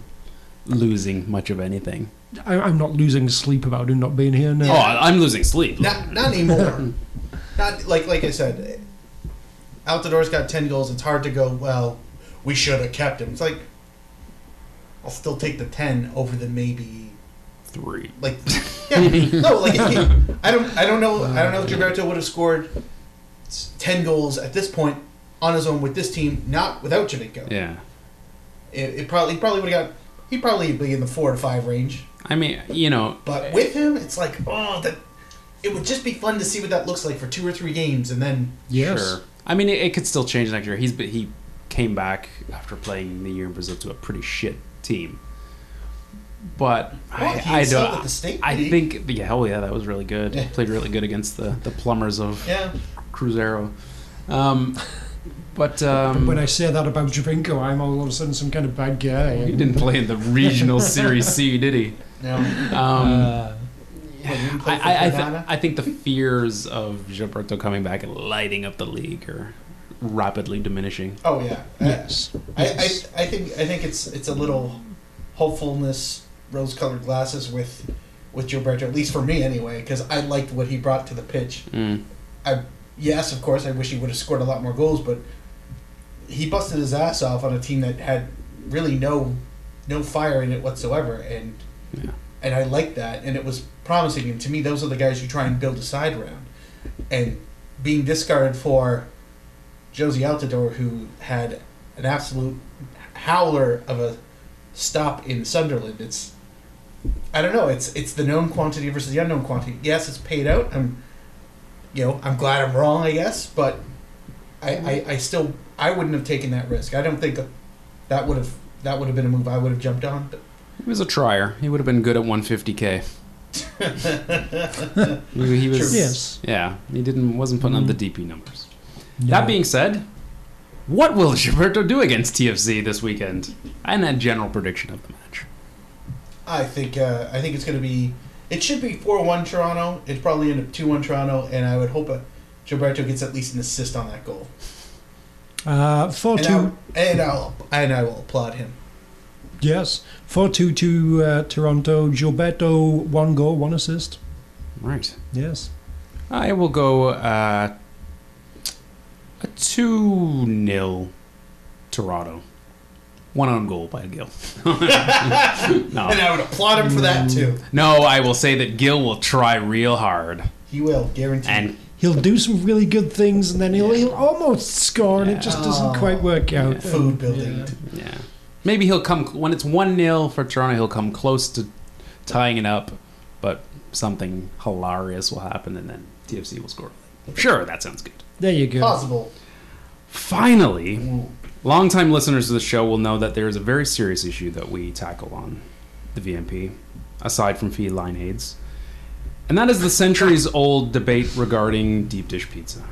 losing much of anything.
I, I'm not losing sleep about him not being here now.
Oh, I- I'm losing sleep.
Not, not anymore. not like like I said. Altidore's got ten goals. It's hard to go. Well, we should have kept him. It's like I'll still take the ten over the maybe
Three.
like [LAUGHS] yeah no like I don't I don't know I don't know if Gilberto would have scored s- ten goals at this point on his own with this team, not without Javinko.
Yeah.
It, it probably he probably would have got he'd probably be in the four to five range.
I mean, you know,
But with him, it's like oh that it would just be fun to see what that looks like for two or three games, and then
yes.
Sure. I mean, it, it could still change next year. He's but he came back after playing the year in Brazil to a pretty shit team. But
Well,
I,
he
I
was still
don't.
with the state
I
league.
think yeah, hell yeah, that was really good. Played really good against the the plumbers of
yeah.
Cruzeiro. Um, but um,
When I say that about Javinko, I'm all of a sudden some kind of bad guy.
he didn't play in the regional Series
[LAUGHS]
C, did he?
No.
Um,
Uh,
I, I, I, th-
Granada?
I think the fears of Gilberto coming back and lighting up the league are rapidly diminishing.
Oh yeah.
yes.
I, I,
yes.
I think I think it's it's a little hopefulness, rose-colored glasses with with Gilberto, at least for me anyway, because I liked what he brought to the pitch.
Mm.
I yes, of course, I wish he would have scored a lot more goals, but he busted his ass off on a team that had really no no fire in it whatsoever, and
Yeah.
and I liked that, and it was promising. And to me, those are the guys you try and build a side around, and being discarded for Josie Altidore, who had an absolute howler of a stop in Sunderland. It's I don't know. It's it's the known quantity versus the unknown quantity. Yes, it's paid out. I'm you know I'm glad I'm wrong. I guess, but I I, I still I wouldn't have taken that risk. I don't think that that would have that would have been a move I would have jumped on. But
He was a trier. He would have been good at 150k. he, he was,
Yes.
yeah. He didn't wasn't putting up the DP numbers. That being said, what will Gilberto do against TFC this weekend? And a general prediction of the match.
I think uh, I think it's going to be it should be four one Toronto. It's probably end up two one Toronto, and I would hope uh Gilberto gets at least an assist on that goal.
Uh, 4
And
2.
I'll, and I'll and I will applaud him.
Yes. 4 2 to uh, Toronto. Gilberto, one goal, one assist.
Right.
Yes.
I will go uh, a two 0 Toronto. One on goal by Gil. [LAUGHS]
And [LAUGHS]
no.
I would applaud him for
Mm.
that too.
no, I will say that Gil will try real hard
He will guarantee.
and
He'll do some really good things and then he'll, he'll almost score and it just doesn't quite work out.
food building.
Yeah. Maybe he'll come when it's 1 0 for Toronto, he'll come close to tying it up, but something hilarious will happen and then TFC will score. Sure, that sounds good.
There you go.
Ah.
Possible.
Finally, longtime listeners to the show will know that there is a very serious issue that we tackle on the VMP, aside from feline aids. And that is the centuries old debate regarding deep dish pizza.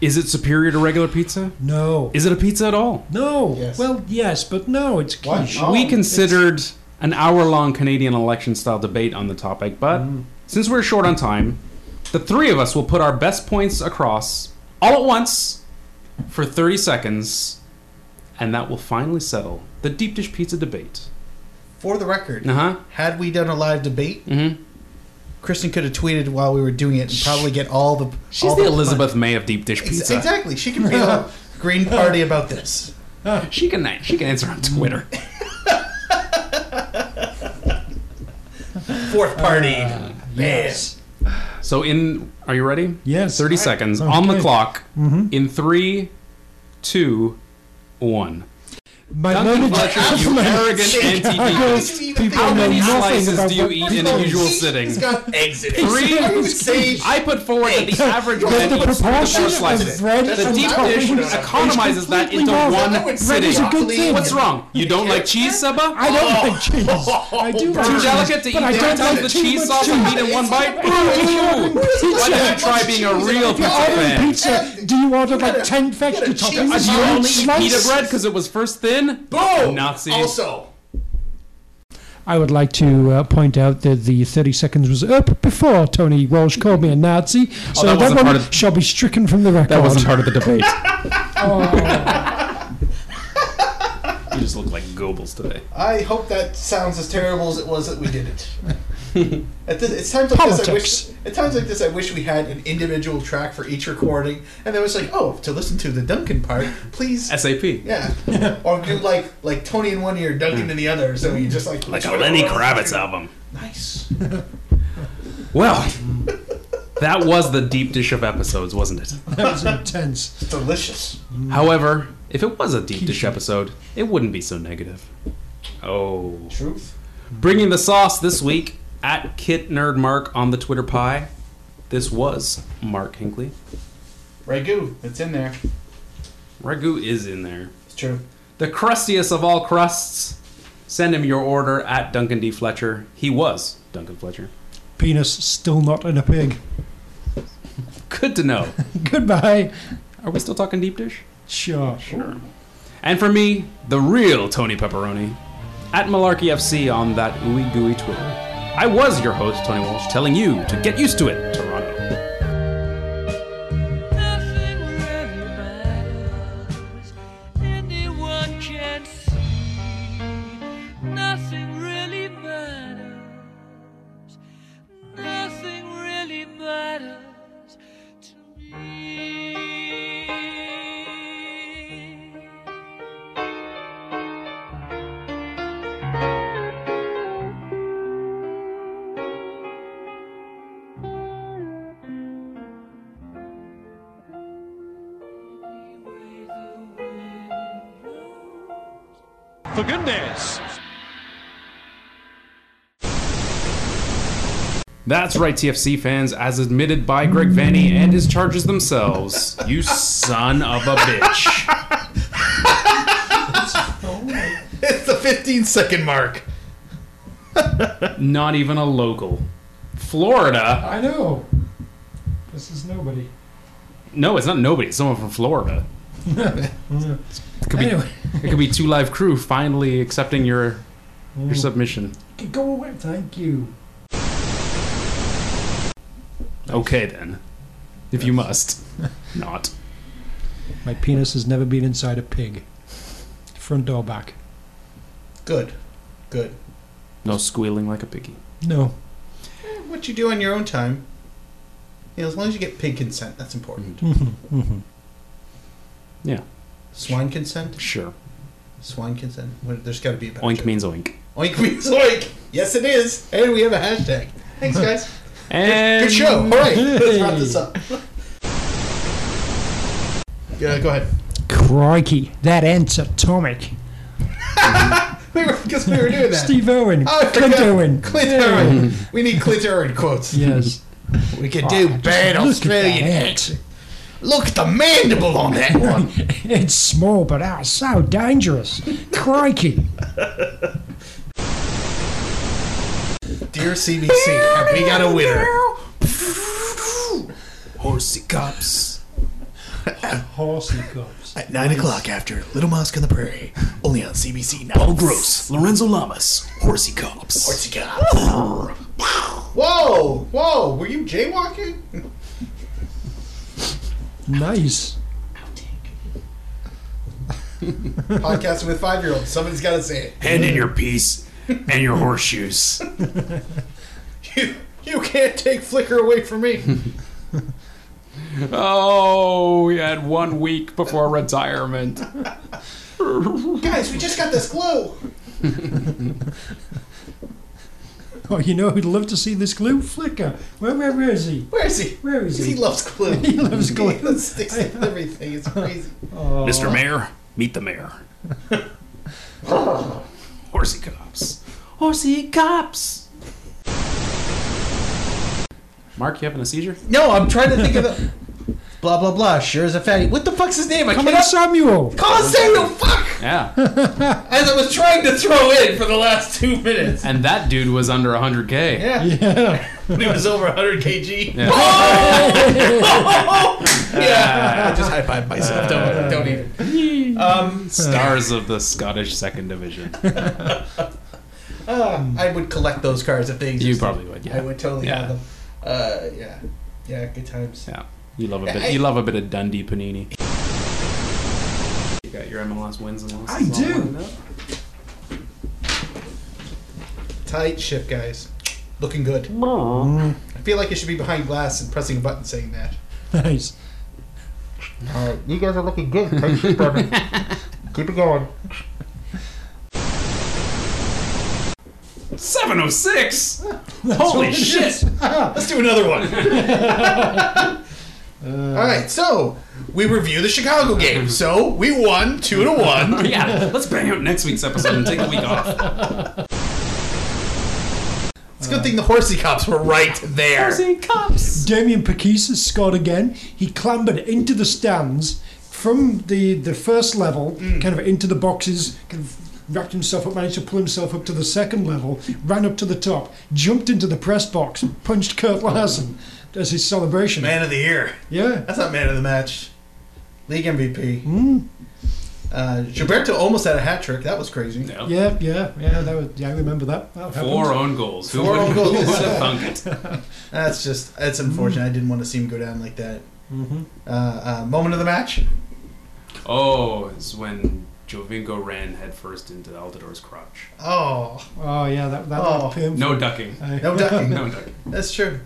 Is it superior to regular pizza?
No.
Is it a pizza at all?
no.
Yes.
Well, yes, but no. It's
Why
quiche.
not?
we considered an hour-long Canadian election-style debate on the topic, but since we're short on time, the three of us will put our best points across all at once for 30 seconds, and that will finally settle the deep dish pizza debate
for the record,
Uh huh.
had we done a live debate,
Mhm.
Kristen could have tweeted while we were doing it and probably get all the.
She's
all [LAUGHS]
the Elizabeth May of deep dish
Ex-
pizza.
Exactly. She can be
[LAUGHS]
a Green Party about this.
She can she can answer on Twitter.
Fourth party.
Yes.
So in are you ready?
Yes.
Thirty seconds on the
Okay.
clock. In three, two, one.
My
Duncan
moment [LAUGHS]
Fletcher,
of
you
my-
arrogant anti-beast.
people
How
know
many
nothing
slices
about
do you
what
eat in a
people-
usual sitting?
Exit.
Three. [LAUGHS] I put forward that the average
[LAUGHS]
man
the
eats three to
proportion
four
of
slices.
bread
The
and
deep dish
toppings
economizes
is
that
completely
into
wrong.
one
Bread is a good
sitting.
thing.
What's wrong? You don't like cheese, Saba?
I don't like cheese. I do like
Oh. Too
cheese,
delicate to eat
but I
three
don't
times
like
the
too
cheese
much
sauce and eat in one bite? Boo! Why don't you try being a real
If
pizza
you're ordering
fan?
pizza, do you order like 10 veggie toppings?
Do you
and
only eat
slice?
pita bread because it was first thin?
Boom!
Nazi.
Also,
I would like to uh, point out that the 30 seconds was up before Tony Walsh called me a Nazi, so
Oh, that
that,
wasn't
one
part of-
shall be stricken from the record.
That wasn't part of the debate. You just look like Goebbels today.
I hope that sounds as terrible as it was that we did it. At this, it's times like
Politics.
this, I wish. At times like this, I wish we had an individual track for each recording, and then it's like, oh, to listen to the Duncan part, please.
SAP.
yeah, or do like like Tony in one ear, Duncan in the other, so you just like like
album.
Nice.
Well, that was the deep dish of episodes, wasn't it?
That was intense.
Delicious.
However, if it was a deep dish episode, it wouldn't be so negative. Oh.
Truth.
Bringing the sauce this week at Kit Nerd Mark on the Twitter pie. This was Mark Hinkley.
Ragu. It's in there.
Ragu is in there.
It's true.
The crustiest of all crusts. Send him your order at Duncan D. Fletcher. He was Duncan Fletcher.
Penis still not in a pig. [LAUGHS]
Good to know.
Goodbye.
Are we still talking deep dish?
Sure.
And for me, the real Tony Pepperoni, at Malarkey FC on that ooey gooey Twitter. I was your host, Tony Walsh, telling you to get used to it, Toronto.
Nothing really matters. Anyone can see. Nothing really matters. Nothing really matters to me.
That's right, TFC fans, as admitted by Greg Vanny and his charges themselves. You son of a bitch.
It's the 15 second mark.
Not even a local. Florida?
I know. This is nobody.
No, it's not nobody. It's someone from Florida. it, could be,
Anyway.
it could be Two Live Crew finally accepting your your submission.
Go away. Thank you.
Okay, then. If you must. Not.
My penis has never been inside a pig. Front or back?
Good. Good.
No squealing like a piggy.
No. [LAUGHS]
What you do on your own time. You know, as long as you get pig consent, that's important.
Yeah,
Swine consent?
sure.
Swine consent? What- There's got to be a better
Oink
joke.
means oink.
Oink [LAUGHS] means oink. Yes, it is. And we have a hashtag. Thanks, guys.
And
Good show. All right. Let's wrap this
Hey.
up. [LAUGHS] Yeah, go ahead. [LAUGHS]
Crikey, that ant's atomic.
We were, because we were doing that.
Steve Owen.
Oh, I
Clint
forgot.
Owen.
Clint Erin. We need Clint Erin quotes.
Yes.
We could
Oh,
do bad Australian accent. Look at the mandible on that one.
[LAUGHS] It's small, but oh, so dangerous. Crikey.
Dear CBC, have we got a winner?
horsey cops.
Horsey cops.
At 9 o'clock after Little Mosque on the Prairie. Only on CBC now. Oh, gross.
Lorenzo Lamas. Horsey cops.
[LAUGHS] Whoa, whoa, were you jaywalking? [LAUGHS]
Nice.
Podcasting with five year olds. Somebody's got to say it. [LAUGHS]
Hand in your piece and your horseshoes.
You, you can't take Flicker away from
[LAUGHS]
me.
Oh, we had one week before retirement.
Guys, we just got this glow.
Oh, you know who'd love to see this glue flicker? Where, where is he?
Where is he?
Where is
He
he?
loves glue.
He loves
[LAUGHS]
glue.
He sticks to [LAUGHS] everything. It's crazy.
Mr. Mayor, meet the [LAUGHS] mayor. Horsey cops. Horsey cops. Mark, you having a seizure?
No, I'm trying to think of the. Blah blah blah. Sure as a fatty. What the fuck's his name? I
Come on,
cannot.
Samuel!
Colin Samuel. Fuck.
Yeah.
As I was trying to throw in for the last two minutes,
And that dude was under 100K.
Yeah.
Yeah.
when he was over 100 kg. [LAUGHS]
Yeah.
Oh,
Uh,
yeah. I just high five myself. Don't don't even. Um,
Stars of the Scottish Second Division.
uh, I would collect those cards if they existed.
You probably would, yeah.
I would totally
Yeah.
have them. Uh, yeah. Yeah. Good times.
Yeah. You love a bit. You love a bit of Dundee Panini. You got your MLS wins and losses.
I do.
all lined up?
Tight ship, guys. Looking good. I feel like it should be behind glass and pressing a button saying that.
[LAUGHS] Nice.
You guys are looking good. Tight ship,
[LAUGHS]
Keep it going. [LAUGHS]
706. Holy shit.
Let's do another [LAUGHS] one. Uh, All right, so we review the Chicago [LAUGHS] game. So we won two to one.
Yeah, let's bang out next week's episode and take the week
[LAUGHS]
off.
It's a good thing the horsey cops were right there.
cops.
Damien Pakisa scored again. He clambered into the stands from the, the first level, kind of into the boxes, kind of wrapped himself up, managed to pull himself up to the second level, ran up to the top, jumped into the press box, punched Kurt Larson as his celebration.
Man of the year.
Yeah.
That's not man of the match. League MVP.
Mm.
Uh, Gilberto almost had a hat trick. That was crazy.
Yeah, yeah, yeah. That was, yeah I remember that. that happened.
Four own goals. Who
Four
would
own
who
goals.
would
[LAUGHS]
have thunk it?
That's just that's unfortunate. I didn't want to see him go down like that. Uh, uh, moment of the match.
Oh, it's when Jovinko ran headfirst into Altidor's crotch.
Oh,
Oh, yeah, that, that
Oh.
looked painful.
No ducking.
[LAUGHS] no ducking.
No ducking.
That's true.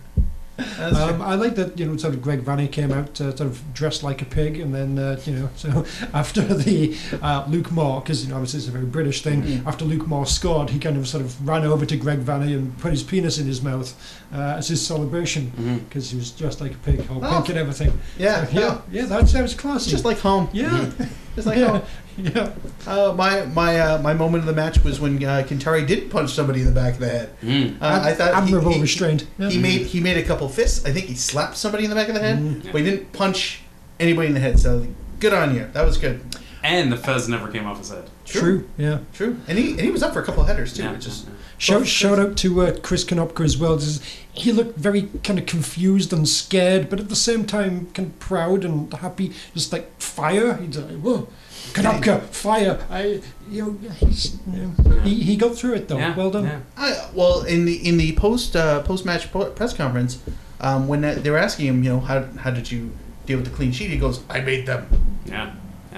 That's true.
Um, I like that you know sort of Greg Vanny came out uh, sort of dressed like a pig, and then uh, you know so [LAUGHS] after the uh, Luke Moore because you know obviously it's a very British thing.
Mm.
After Luke Moore scored, he kind of sort of ran over to Greg Vanny and put his penis in his mouth uh, as his celebration because he was dressed like a pig, all
Oh.
pink and everything.
Yeah,
So, yeah,
no.
yeah, that's that was classy.
just like home. [LAUGHS]
yeah,
Just like oh. home.
yeah, [LAUGHS] yeah.
Uh, my my uh, my moment of the match was when uh, Kintari did punch somebody in the back of the head.
Mm.
Uh, I thought he-
Admirable
he,
restraint. Yeah.
He, made he made a couple fists. I think he slapped somebody in the back of the head,
Mm-hmm.
but he didn't punch anybody in the head. So good on you. That was good.
And the fez never came off his head.
True. Yeah.
True. And he and he was up for a couple headers too.
Yeah,
It just
Shout,
Both
shout out to uh, Chris Kanopka as well. Just- He looked very kind of confused and scared, but at the same time, kind of proud and happy. Just like fire. He's like, whoa, Kanopka, fire. I, you know, he's, you know, he, he got through it though.
Yeah,
well done.
yeah.
I, well in the in the post uh, post match press conference, um, when that, they were asking him, you know, how how did you deal with the clean sheet? He goes, I made them.
Yeah. Yeah.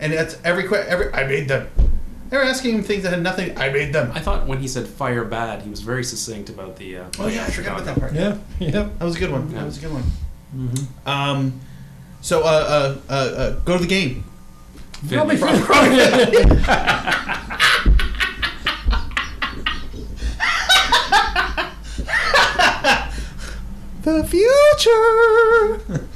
And that's every que- every I made them. They were asking him things that had nothing. I made them.
I thought when he said fire bad, he was very succinct about the. Uh,
Oh yeah, I forgot about that part.
Yeah, yeah.
That was a good one.
Yeah.
That was a good one. Um, so uh, uh, uh, uh, go to the game.
Finley.
[LAUGHS]
The future.